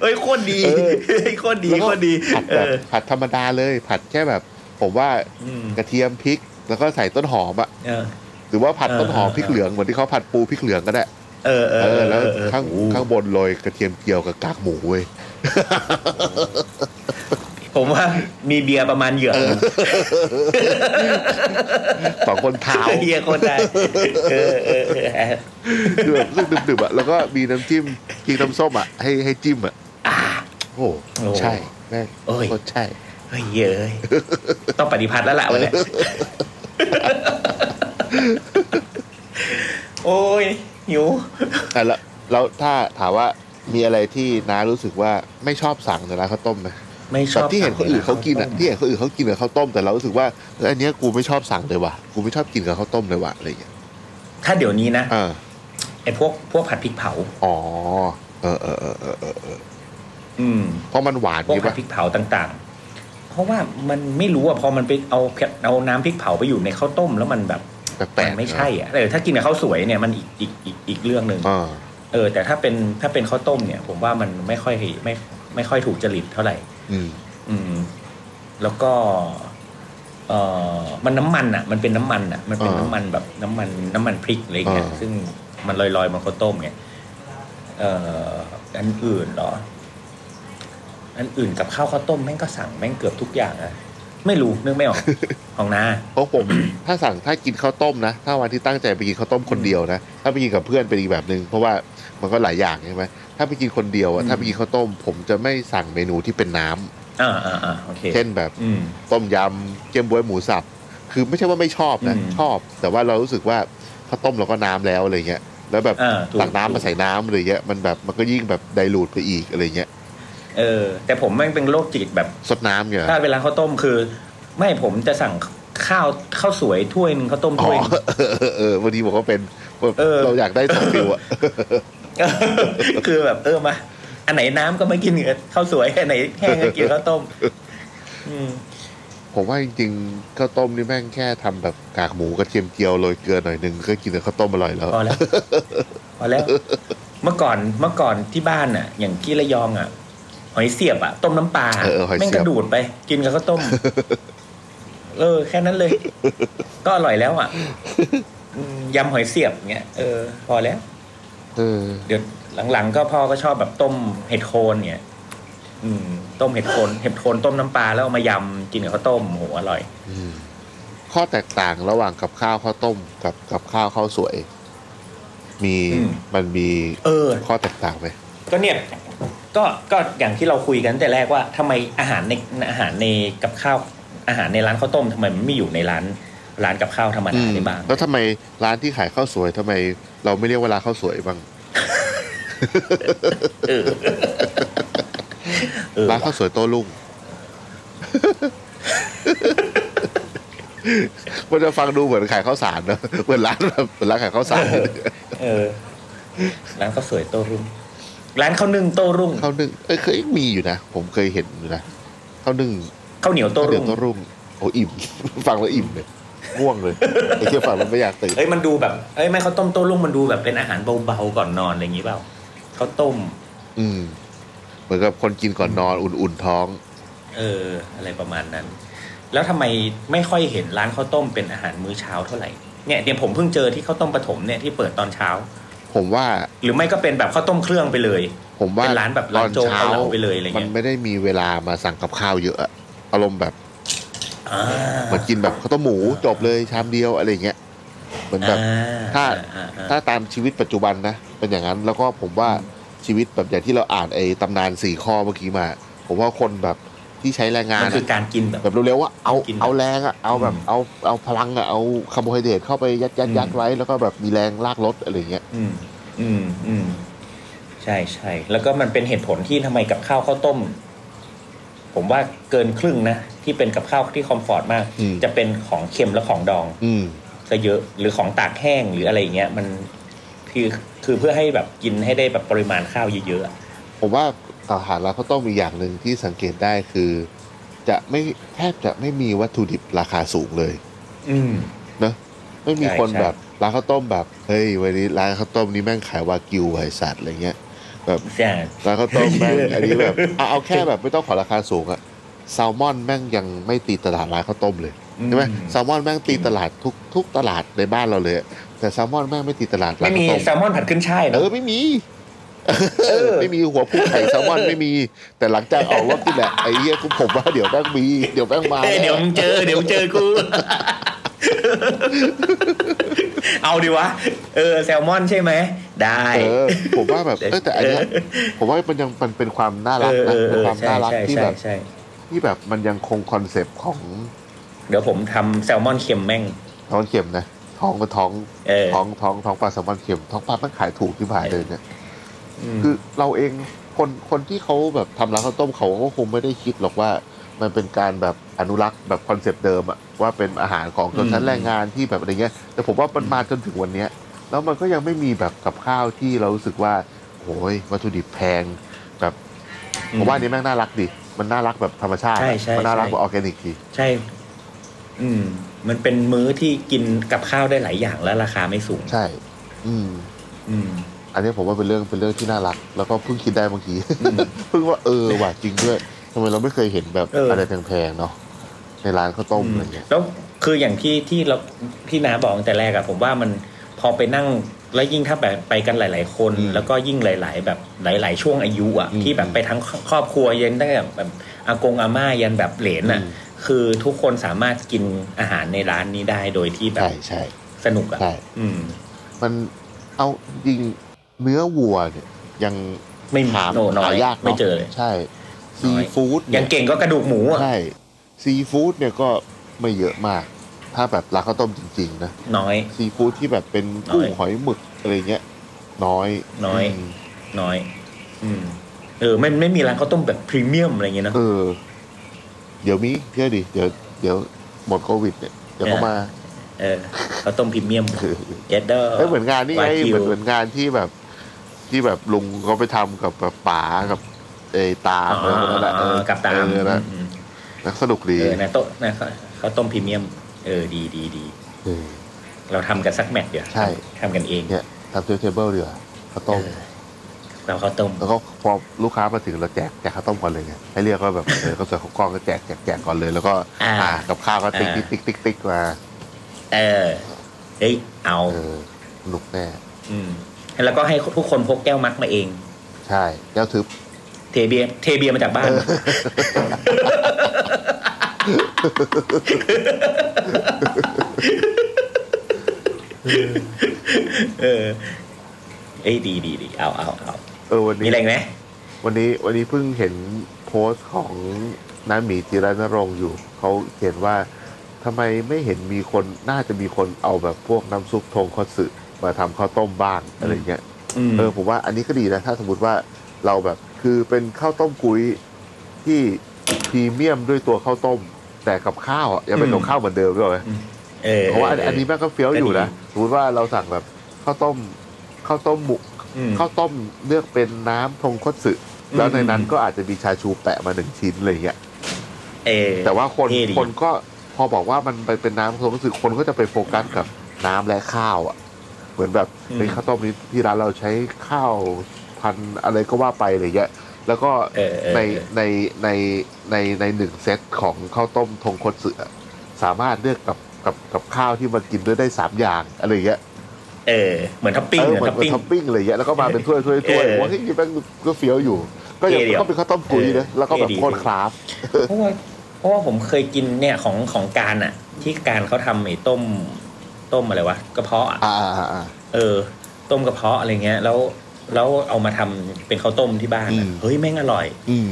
D: เอ้ยโคตรดีเอ้ยโคตรดี
B: แล้ว
D: โค
B: ก็
D: ตรดี
B: ผัด
D: เอ
B: แบบ
D: อ
B: ผัดธรรมดาเลย ผัดแค่แบบ ผมว่า
D: อืม
B: กระเทียมพริก แล้วก็ใส่ต้นหอมอะ
D: เออ
B: หรือว่าผัดต้นหอม
D: เออ
B: พริกเหลืองเหมือนที่เขาผัดปูพริกเหลืองก็ได้
D: เออเออ
B: เออแล้ว
D: เออเออ
B: ข้าง
D: โอ้โห
B: ข้างบนโรยกระเทียมเจียวกับกากหมูเว้ย
D: ผมว่ามีเบียร์ประมาณเหยือก
B: สองคนเท้า
D: เบียร์โคตรได้เออเออเออ
B: คือแบบซึ่งดึบๆอ่ะแล้วก็มีน้ำจิ้มกินน้ำส้มอ่ะให้ให้จิ้มอ่ะ
D: อ่ะ
B: โอ้
D: โอ้
B: ใช่แม่ง
D: โอ้ย
B: โคตรใช่
D: เฮ้ยเย้ย ต้องปฏิพัทธ์แล้วล่ะ วันเนี้ยโอ้ยหิว
B: อ่ะแล้วแล้วถ้าถามว่ามีอะไรที่น้ารู้สึกว่าไม่ชอบสั่งในร้านข้าวต้มไหม
D: ไม่ช
B: แบ
D: อ
B: บบ ที่เห็นคนอื่นเขากินอ่ะที่เห็นคนอื่นเขากินกับข้าวต้มแต่เรารู้สึกว่าเอออันเนี้ยกูไม่ชอบสั่งเลยว่ะกูไม่ชอบกินกับข้าวต้มเลยว่ะอะไรอย่างเงี้ย
D: ถ้าเดี๋ยวนี้นะ
B: อ่า
D: ไอ้พวกพวกผัดพริกเผา
B: อ๋อเออเออเออเออเออเออ
D: อืม
B: เพราะมันหวาน
D: พวก
B: นี่
D: ผัด
B: ปะ
D: พริกเผาต่างๆ เพราะว่ามันไม่รู้อ่ะพอมันไปเอาเผ็ดเอาน้ำพริกเผาไปอยู่ในข้าวต้มแล้วมันแบบ
B: แปล
D: มั
B: ก
D: น
B: ๆ
D: ไม่ใช่อ่ะแต่ถ้ากินกับข้าวสวยเนี่ยมันอีกอีกอีกอีกเรื่องหนึ่ง
B: อ่า
D: เออแต่ถ้าเป็นถ้าเป็นข้าวต้มเนี่ย ผมว่ามันไม่ค่อยไม่ไม่ค่อยถูกจริตเท่าไหร่
B: อืม
D: อืม แล้วก็ เออมันน้ำมันอ่ะ มันเป็นน้ำมันอ่ะ มันเป็น
B: อ่า
D: น้ำมันแบบน้ำมันน้ำมันพริกอะไรเงี้ย
B: อ่า
D: ซึ่งมันลอยๆมันข้าวต้มไงเอ่ออันอื่นเหรอ อันอื่นกับข้าวข้าวต้มแม่งก็สั่งแม่งเกือบทุกอย่างอะไม่รู้นึก ไม่ออก ของน้า
B: เพราะผม ถ้าสั่งถ้ากินข้าวต้มนะ ถ้าวันที่ตั้งใจไปกินข้าวต้มคนเดียวนะถ้าไปกินกับเพื่อนเป็นอีกแบบหนึ่งเพราะว่ามันก็หลายอย่างใช่ไหมถ้าไปกินคนเดียวอะ
D: อืม
B: ถ้าไปกินข้าวต้ม ผมจะไม่สั่งเมนูที่เป็นน้ำ
D: อ่าอ่าอ่าโอเค
B: เช่นแบบ
D: อืม
B: ต้มยำเจียมบวยหมูสับคือไม่ใช่ว่าไม่ชอบนะ
D: อืม
B: ชอบ แต่ว่าเรารู้สึกว่าข้าวต้มเราก็น้ำแล้วอะไรเงี้ยแล้วแบบ
D: อ่าถูก
B: ตักน้ำมาใส่น้ำอะไรเงี้ยมันแบบมันก็ยิ่งแบบไดรูดไปอีกอะไรเงี้ย
D: เออ แต่ผมแม่งเป็นโรคจิตแบบ
B: สดน้ำเงี้ย
D: ถ้าเวลาข้าวต้มคือ ไม่ผมจะสั่งข้าวข้าวสวยถ้วยหนึงข้าวต้ม
B: อ๋อ
D: ถ้วยหนึ่ง
B: เออเออเออพอดีผมก็เป็น
D: เออ
B: เราอยากได้สองฟิวอะ
D: คือแบบเออมา อันไหนน้ำก็ไม่กินกับข้าวสวยอันไหนแห้งก็กินข้าวต้ม อืม
B: ผมว่าจริงๆข้าวต้มนี่แม่งแค่ทำแบบกากหมูกระเทียมเจียวโรยเกลือหน่อยหนึงก็กินกับข้าวต้มอร่อยแล้ว
D: พอแล้ว พอแล้ว เมื่อก่อนเมื่อก่อนที่บ้านอ่ะ อย่างที่ระยองอ่ะ หอยเสียบอ่ะ ต้มน้ำปลา
B: เออเออหอยเสียบ
D: แม่งกระดูดไป กินกับข้าวต้ม เออ แค่นั้นเลย ก็อร่อยแล้วอ่ะอืมยำหอยเสียบเงี้ยเออ พอแล้ว
B: เออ
D: เดี๋ยวหลังๆ ก็พ่อก็ชอบแบบต้มเห็ดโคนเนี่ย อืม ต้มเห็ดโคนเห็ดโคนต้มน้ำปลาแล้วเอามายำกินกับข้าวต้มโหอร่อย
B: อืมข้อแตกต่างระหว่างกับข้าวข้าวต้มกับกับข้าวข้าวสวย มี
D: อืม
B: มันมี
D: เออ
B: ข้อแตกต่างไหม
D: ก็เนี่ย ก็ก็อย่างที่เราคุยกันแต่แรกว่าทำไมอาหารในอาหารในกับข้าวอาหารในร้านข้าวต้มทำไมมันไม่อยู่ในร้านร้านกับข้าวธรรม
B: อื
D: ดาม ได้บ้าง
B: แล้วทำไมร้านที่ขายข้าวสวยทำไม เราไม่เรียกว่าร้านข้าวสวยบ้าง
D: เออเออ
B: ร้านข้าวสวยโต้รุ่ง มันจะฟังดูเหมือนขายข้าวสารเนอะเหมือนร้านแบบเหมือนร้านขายข้าวสาร
D: เออ ร้านข้าวสวยโตรุ่ง ร้านข้าวนึ่งโตรุ่ง
B: ข้าวนึ่งเอ้ยเคยมีอยู่นะ ผมเคยเห็นอยู่นะข้าวนึ่ง
D: ข้าวเหนียวโต
B: ข้าวเหนี
D: รุ่ง
B: ยวต้มรุ่งโอ้อิ่ม ฟังแล้วอิ่มเลยง่วงเลยไอ้เที่ยฟังแล้วไม่อยากตื่น
D: เอ้ยมันดูแบบเอ้ยไม่ข้าวต้มโตรุ่งมันดูแบบเป็นอาหารเบาๆก่อนนอนอะไรอย่างงี้เปล่าข้าวต้ม
B: อืม เหมือนกับคนกินก่อนนอนอุ่นๆท้อง
D: เออ อะไรประมาณนั้น แล้วทำไมไม่ค่อยเห็นร้านข้าวต้มเป็นอาหารมื้อเช้าเท่าไหร่เนี่ยเดี๋ยวผมเพิ่งเจอที่ข้าวต้มปฐมเนี่ยที่เปิดตอนเช้า
B: ผมว่า
D: หรือไม่ก็เป็นแบบข้าวต้มเครื่องไปเลย
B: ผมว่า
D: เป็นร้านแบบร้านโจ๊กเอาเหล้าไปเลยอะไรเงี้ย
B: มันไม่ได้มีเวลามาสั่งกับข้าวเยอะอะอารมณ์แบบ
D: อ่า
B: เหมือนกินแบบข้าวต้มหมูจบเลยชามเดียวอะไรอย่างเงี้ยเหมือนแบบ
D: อ่
B: ถ้า
D: อ่อ่
B: ถ้าตามชีวิตปัจจุบันนะ เป็นอย่างนั้นแล้วก็ผมว่าชีวิตแบบอย่างที่เราอ่านไอ้ตำนานสี่ข้อเมื่อกี้มา ผมว่าคนแบบที่ใช้แรงงาน
D: มันคือ
B: อะ
D: การกินแบบ
B: แบบเร็วๆว่าเอา
D: กินแบบ
B: เอาแรงอะเอาแบบ
D: อืม
B: เอาเอาพลังอะเอาคาร์โบไฮเดรตเข้าไปยัดยัดยัด
D: อืม
B: ไว้แล้วก็แบบมีแรงลากรถอะไรเงี้ย
D: อืม อืมอืมใช่ใช่แล้วก็มันเป็นเหตุผลที่ทำไมกับข้าวข้าวต้ม ผมว่าเกินครึ่งนะที่เป็นกับข้าวที่คอมฟอร์ตมาก จะเป็นของเค็มและของดอง
B: อืม
D: ซะเยอะหรือของตากแห้งหรืออะไรอย่างเงี้ยมันคือคือเพื่อให้แบบกินให้ได้แบบปริมาณข้าวเยอะๆอะ
B: ผมว่าอาหารร้านข้าวต้มอีกอย่างหนึ่งที่สังเกตได้คือ จะไม่แทบจะไม่มีวัตถุดิบราคาสูงเลย
D: อืม
B: นะไม่มี
D: ใช่
B: คน
D: ใช่
B: แบบร้านข้าวต้มแบบเฮ้ยวันนี้ร้านข้าวต้มนี้แม่งขายวากิวไอสัตว์อะไรเงี้ยแบบ
D: ใช่
B: ร้านข้าวต้มแม่ง อันนี้แบบเอาเอาแค่แบบไม่ต้องขอราคาสูงอะแซลมอนแม่งยังไม่ตีตลาดร้านข้าวต้มเลยใช่ไหมแซลมอนแม่งตีตลาดทุกทุกตลาดในบ้านเราเลยอะแต่แซลมอนแม่งไม่ตีตลาดร้า
D: ไม่
B: น
D: มี
B: ข้าวต้ม
D: แซลมอนผัดขึ้นช่าย
B: เอ
D: เนอะ
B: อไม่มี ไม่มีหัวผู้ไข่แซลมอนไม่มี แต่หลังจากออกรถนี่แหละไอ้เหี้ยกูผมว่าเดี๋ยวแม่งมีเดี๋ยวแม่งมา
D: เอ้ยเดี๋ยวมึงเจอเดี๋ยวมึงเจอกู เอาดิวะ เออ แซลมอนใช่ไหม ได้
B: เออผมว่าแบบเออแต่อันเนี้ยผมว่ามันยังมันเป็นความน่า
D: เอ
B: รัก
D: อเอ
B: นะ
D: อเอ
B: เป็น
D: อ
B: ความ
D: ใช่
B: น่ารัก
D: ใช่
B: ที่
D: ใช่
B: แบบ
D: ใช่
B: ที่แบบมันยังคงคอนเซปต์ของ
D: เดี๋ยวผมทำแซลมอนเค็มแม่ง
B: ท้องเข็มนะท้องก็ท้อง
D: เออ
B: ท้องท้องท้องปลาแซลมอนเข็มท้องปลามันขายถูกที่ผ่านเลยเนี่ย
D: ม
B: คือเราเองคนคนที่เขาแบบทำร้านข้าวต้มเขาก็คงไม่ได้คิดหรอกว่า มันเป็นการแบบอนุรักษ์แบบคอนเซปต์เดิมอะว่าเป็นอาหารของชนชั้น
D: อืม
B: แรงงานที่แบบอะไรเงี้ย แต่ผมว่ามันมาจนถึงวันเนี้ย แล้วมันก็ยังไม่มีแบบกับข้าวที่เรารู้สึกว่าโอ้ยวัตถุดิบแพงแบบผมว่าอันนี้แม่งน่ารักดิมันน่ารักแบบธรรมชาติ
D: ใช่
B: อะ
D: ใช่
B: มันน่ารัก
D: ใช่
B: แบบออร์แกนิกดี
D: ใช่ อืม มันเป็นมื้อที่กินกับข้าวได้หลายอย่างและราคาไม่สูง
B: ใช่ อืม
D: อืม
B: อันนี้ผมว่าเป็นเรื่องเป็นเรื่องที่น่ารัก แล้วก็เพิ่งคิดได้เมื่อกี้
D: อืม
B: เพิ่งว่าเออว่ะจริงด้วยทำไมเราไม่เคยเห็นแบบ
D: เอออ
B: อะไรแพงๆเนาะ ในร้านข้าวต้มอะไรเงี้ย
D: แล้วคืออย่างที่ที่เราพี่นาบอกตั้งแต่แรกอะผมว่ามันพอไปนั่งแล้วยิ่งถ้าแบบไปกันหลาย ๆ คน
B: อืม
D: แล้วก็ยิ่งหลาย ๆ แบบหลาย ๆ ช่วงอายุอะ
B: อืม
D: ที่แบบไปทั้งครอบครัวยันได้งแต่แบบอากงอาม่ายันแบบเหลนอะ
B: อืม
D: คือทุกคนสามารถกินอาหารในร้านนี้ได้โดยที่แบบ
B: ใช่ใช่
D: สนุกอะ
B: ใช่
D: อืม
B: มันเอาจริงเนื้อวัวเนี่ยยัง
D: ไม่มี
B: หา
D: โนน้อย
B: หายากนะ
D: ไม่เจอเลย
B: ใช่
D: น้
B: ซี
D: อย
B: ฟู้ด
D: อย่างเก่งก็กระดูกหมูอะ
B: ใช่ซีฟู้ดเนี่ยก็ไม่เยอะมาก ถ้าแบบร้านข้าวต้มจริง ๆ นะ
D: น้อย
B: ซีฟู้ดที่แบบเป็นกุ้งหอยหมึกอะไรเงี้ย น้อย
D: น้อย
B: ม
D: น้อย อืม เออไม่ไม่มีร้านข้าวต้มแบบพรีเมียมอะไรอย่างเงี้ยเนอะ
B: เออ เดี๋ยวมีเชื่อดิเดี๋ยวเดี๋ยวหมดโควิดเนี่ยเดี๋ยวเขามา
D: เออข้าวต้มพรีเมียม
B: เออ
D: เจดเดอร์
B: เอ้ยเหมือนงานนี่ไง
D: Wagyu
B: เหมือนเหมือนงานที่แบบที่แบบลุงเขาไปทำกับแบบป๋ากับเอยตา
D: อ๋
B: อะไรพวกนั้นแหละเอ
D: อ
B: อ
D: กับตาม
B: เออนะ
D: อืม
B: นะสนุก
D: เอ
B: ดี
D: อนะโต๊ะนะข้าวต้มพรีเมียม เออดีดีดี
B: เออ
D: เราทำกันสักแมตช์เดียว
B: ใช่
D: ทำกันเอง
B: เนี่ยทำเทเทเบิลเดียวาข้าวต้ม
D: เราข้าวต้ม
B: แล้วก็พอลูกค้ามาถึงเราแจกแจกข้าวต้มก่อนเลยไงให้เรียกว่าแบบเออเขาเสิร์ฟของกล้องก็แจกแจกแจกก่อนเลย แล้วก็
D: อ่า
B: อ่ากับข้าวก็ติ๊ก
D: อ่า
B: ติ๊กติ๊กติ๊กติ๊กมา
D: เออเฮ้ยเอา
B: เออสนุกแน่
D: ืมแล้วก็ให้ทุกคนพกแก้วมักมาเอง
B: ใช่แก้วทึบ
D: เทเบียร์เทเบียร์มาจากบ้าน เออ เอ้ยดีดีดีเอาเอาเอา
B: เออวัน
D: มี
B: นี้
D: อะไรอีกไหม
B: วันนี้วันนี้เพิ่งเห็นโพสต์ของน้าหมีจิรนรงค์อยู่ เขาเขียนว่าทำไมไม่เห็นมีคนน่าจะมีคนเอาแบบพวกน้ำซุปทงคอสึมาทำข้าวต้มบ้างอะไรเงี้ย
D: อืม
B: เออผมว่าอันนี้ก็ดีนะ ถ้าสมมติว่าเราแบบคือเป็นข้าวต้มกุ้ยที่พรีเมียมด้วยตัวข้าวต้ม แต่กับข้าวอะยังเป็นกับข้าวเหมือนเดิมด้วยเว้ย
D: เออ
B: เพราะว่าอันอันนี้แม่งก็เฟี้ยวอยู่นะสมมติว่าเราสั่งแบบข้าวต้มข้าวต้มหมู
D: อืม
B: ข้าวต้มเลือกเป็นน้ำทงคตสึ
D: อืม
B: แล้วในนั้นก็อาจจะมีชาชูแปะมาหนึ่งชิ้นอะไรเงี้ย
D: เออ
B: แต่ว่าคน
D: เท่ดี
B: คนก็พอบอกว่ามันไปเป็นน้ำทงคตสึคนก็จะไปโฟกัสกับน้ำและข้าวอ่ะ เหมือนแบบในข้าวต้มนี้ที่ร้านเราใช้ข้าวพันธุ์อะไรก็ว่าไปอะไรเงี้ยแล้วก็
D: เออเออ
B: ใน
D: เออ
B: ในในในในหนึ่งเซตของข้าวต้มทงคตสึอะสามารถเลือกกับกับกับข้าวที่มันกินด้วยได้สามอย่างอะไรเงี้ย
D: เออ เหมือนท็อปปิ้ง
B: เออ
D: เหมือ
B: เหมื
D: น
B: อน
D: ท็อป
B: เหมือ
D: ปิ้ง
B: นท็อปปิ้งอะไรอย่างเงี้ยแล้วก็มาเป็นถ้วยถ้วยถ้วย
D: เออ
B: ผมว่าที่แม่งก็เฟี้ยวอยู่ ก็ยัง
D: เท่เดียว
B: ก็เป็นข้าวต้มกุยนะ
D: เออ
B: แล้วก็แบบ
D: เท่ดี
B: โคตรคราฟ
D: เพราะว่าเพราะว่าผมเคยกินเนี่ยของของการอะที่การเขาทำไอ้ต้ม ต้มอะไรวะกระเพาะอะ
B: อ่าอ่าอ่า
D: เออ ต้มกระเพาะอะไรเงี้ย แล้วแล้วเอามาทำเป็นข้าวต้มที่บ้านอะ
B: อืม
D: เฮ้ยแม่งอร่อย
B: อืม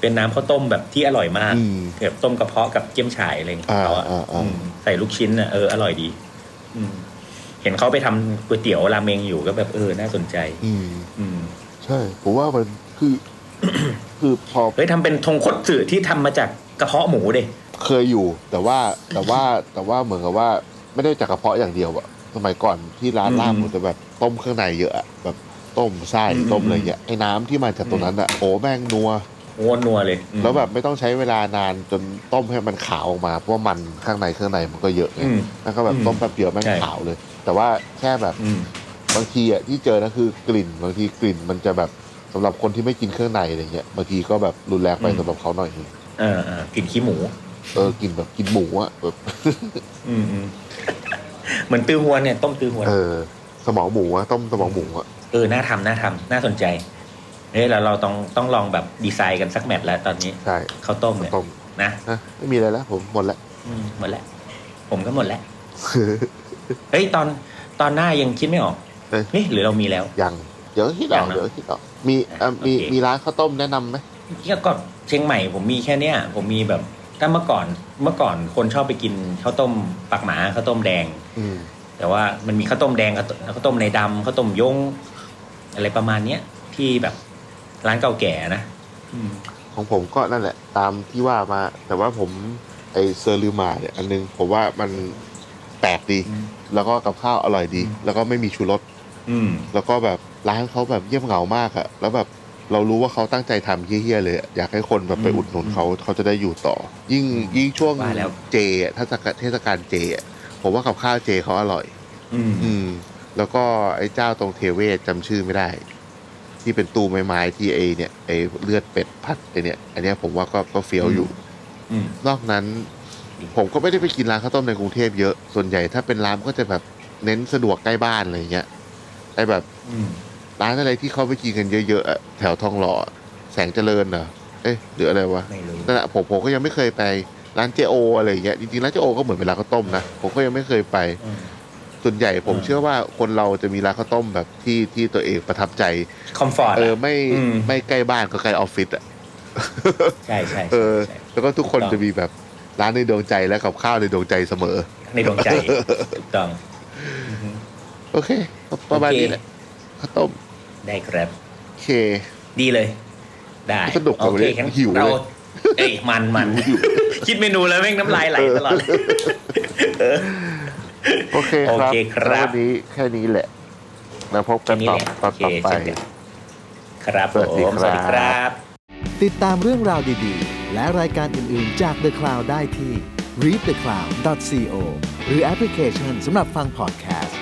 D: เป็นน้ำข้าวต้มแบบที่อร่อยมาก
B: อืม
D: แบบต้มกระเพาะกับเกี๊ยมฉ่ายอะไรเงี้ยเขาอะ
B: อ่าอ่าอ่า
D: อืมใส่ลูกชิ้นอ่ะเอออร่อยดี อืม เห็นเขาไปทำก๋วยเตี๋ยวราเมงอยู่ก็แบบเออน่าสนใจ
B: อืม
D: อืม
B: ใช่ ผมว่ามันคือ คือพอ
D: เฮ้ยทำเป็นทงคดสือที่ทำมาจากกระเพาะหมูเด้
B: เคยอยู่ แต่ว่าแต่ว่าแต่ว่าเหมือนกับว่าไม่ได้จากกระเพาะอย่างเดียวอะสมัยก่อนที่ร้านลาบมันจะแบบต้มเครื่องในเยอะอะแบบต้มไส้ต้มอะไรเงี้ยไอ้น้ำที่มาจากตรงนั้นอะโอ้แม่งนัว
D: โง่นัวเลยอืม
B: แล้วแบบไม่ต้องใช้เวลานานจนต้มให้มันขาวออกมาเพราะว่ามันข้างในเครื่องในมันก็เยอะไง
D: อืม
B: แล้วก็แบบต้มแป๊บเดียวแม่ง
D: ใช่
B: ขาวเลย แต่ว่าแค่แบบ
D: อืม
B: บางทีอ่ะที่เจอนะคือกลิ่นบางทีกลิ่นมันจะแบบสำหรับคนที่ไม่กินเครื่องในอะไรเงี้ยบางทีก็แบบรุนแรงไป
D: อืม
B: สำหรับเขาหน่อยนึง
D: เออเออกลิ่นขี้หมู
B: เออกลิ่นแบบกลินหมูอ่ะแบบ
D: อืม อืมเหมือนตือฮวนเนี่ยต้มตือฮวน
B: เออ สมองหมูอ่ะต้มสมองหมูอ่ะ
D: เออ น่าทำ น่าทำ น่าสนใจ เอ้ยเราเราต้อง ต้องลองแบบดีไซน์กันสักแมทแล้วตอนนี้
B: ใช่
D: ข้าวต้มเนี่ย
B: ต้ม
D: นะ
B: นะไม่มีอะไรแล้วผมหมดแล้ว
D: อืมหมดแล้ว ผมก็หมด แล้ว เฮ้ย ตอน ตอนหน้ายังคิดไม่ออก
B: เอ้ย
D: เฮ้ยหรือเรามีแล้ว
B: ยังเดี๋ยวคิดออก
D: ยังนะ
B: เดี๋ยวคิดออกมีเอ่อมี
D: โอเค
B: มีร้านข้าวต้มแนะนำไหม
D: เที่ยก็เชียงใหม่ผมมีแค่เนี้ย ผมมีแบบ ถ้าเมื่อก่อน เมื่อก่อนคนชอบไปกินข้าวต้มปากหมาข้าวต้มแดง
B: อืม
D: แต่ว่ามันมีข้าวต้มแดงข้าวต้มข้าวต้มในดำข้าวต้มยง อะไรประมาณเนี้ยที่แบบร้านเก่าแก่นะอืม
B: ของผมก็นั่นแหละ ตามที่ว่ามา แต่ว่าผมไอเซอร์ลือหมาเนี่ยอันนึงผมว่ามันแปลกดี
D: อืม
B: แล้วก็กับข้าวอร่อยดี แล้วก็ไม่มีชูรส
D: อืม
B: แล้วก็แบบร้านเขาแบบเยี่ยมเหงามากอะแล้วแบบเรารู้ว่าเขาตั้งใจทำเฮี้ยๆเลยอะอยากให้คนแบบไป
D: อืม
B: อุดหนุนเขาเขาจะได้อยู่ต่อ ยิ่งยิ่งช่วง
D: ว่าแล้ว
B: เจอะเทศกาลเทศกาลเจอะผมว่ากับข้าวเจเขาอร่อย
D: อืม
B: อืม แล้วก็ไอ้เจ้าตรงเทเวศจำชื่อไม่ได้ ที่เป็นตู้ไม้ๆที่ไอเนี่ยไอเลือดเป็ดพัดไอเนี่ย อันเนี้ยผมว่าก็ก็เฟี้ยวอยู่
D: อืม
B: นอกนั้น
D: ดี
B: ผมก็ไม่ได้ไปกินร้านข้าวต้มในกรุงเทพเยอะ ส่วนใหญ่ถ้าเป็นร้านก็จะแบบเน้นสะดวกใกล้บ้านอะไรเงี้ย ไอ้แบบ
D: อืม
B: ร้านอะไรที่เขาไปกินกันเยอะๆอะแถวทองหล่อแสงเจริญเหรอเอ๊ะหรืออะไรวะ
D: ไม่รู้
B: นั่นแหละผมผมก็ยังไม่เคยไปร้านเจโออะไรอย่างเงี้ยจริงๆร้านเจโอก็เหมือนเป็นร้านข้าวต้มนะผมก็ยังไม่เคยไป
D: อืม
B: ส่วนใหญ่ผม
D: อืม
B: เชื่อว่าคนเราจะมีร้านข้าวต้มแบบที่ที่ตัวเองประทับใจ
D: คอมฟอร์ต
B: เออไม่
D: อืม
B: ไม่ใกล้บ้านก็ใกล้ออฟฟิศอ่ะ
D: ใช่ใช่
B: เอ
D: ใช่
B: อ
D: ใช่
B: แล้วก็ทุกคน
D: ถูกต้อง
B: จะมีแบบร้านในดวงใจและกับข้าวในดวงใจเสมอ
D: ในดวงใจถูกต้องอือฮึ
B: โอเค ประมาณนี้แหละข้าวต้ม
D: ได้ครับ
B: โอเค
D: ดีเลย ได้
B: สนุกกว่า
D: โอ
B: วัน
D: เค
B: นี้
D: งั้น
B: หิวเลย
D: เราเอ้ยมันมัน คิดเมนูแล้วแม่งน้ำลายไหลตลอด
B: โอเคครับ
D: โอเคครับ
B: แล้ววันนี้แค่นี้แหละแล้วพบกัน
D: แค่นี้
B: ต่อ
D: แหละ
B: ตอนต่อ
D: โอเค
B: ไป
D: เช่นกัน ครับผม
B: ส
D: ส
B: วัสดีครับ
D: วัสดีครับ
A: ติดตามเรื่องราวดีๆ และรายการอื่นๆจาก The Cloud ได้ที่ readthecloud.co หรือแอปพลิเคชันสำหรับฟัง podcast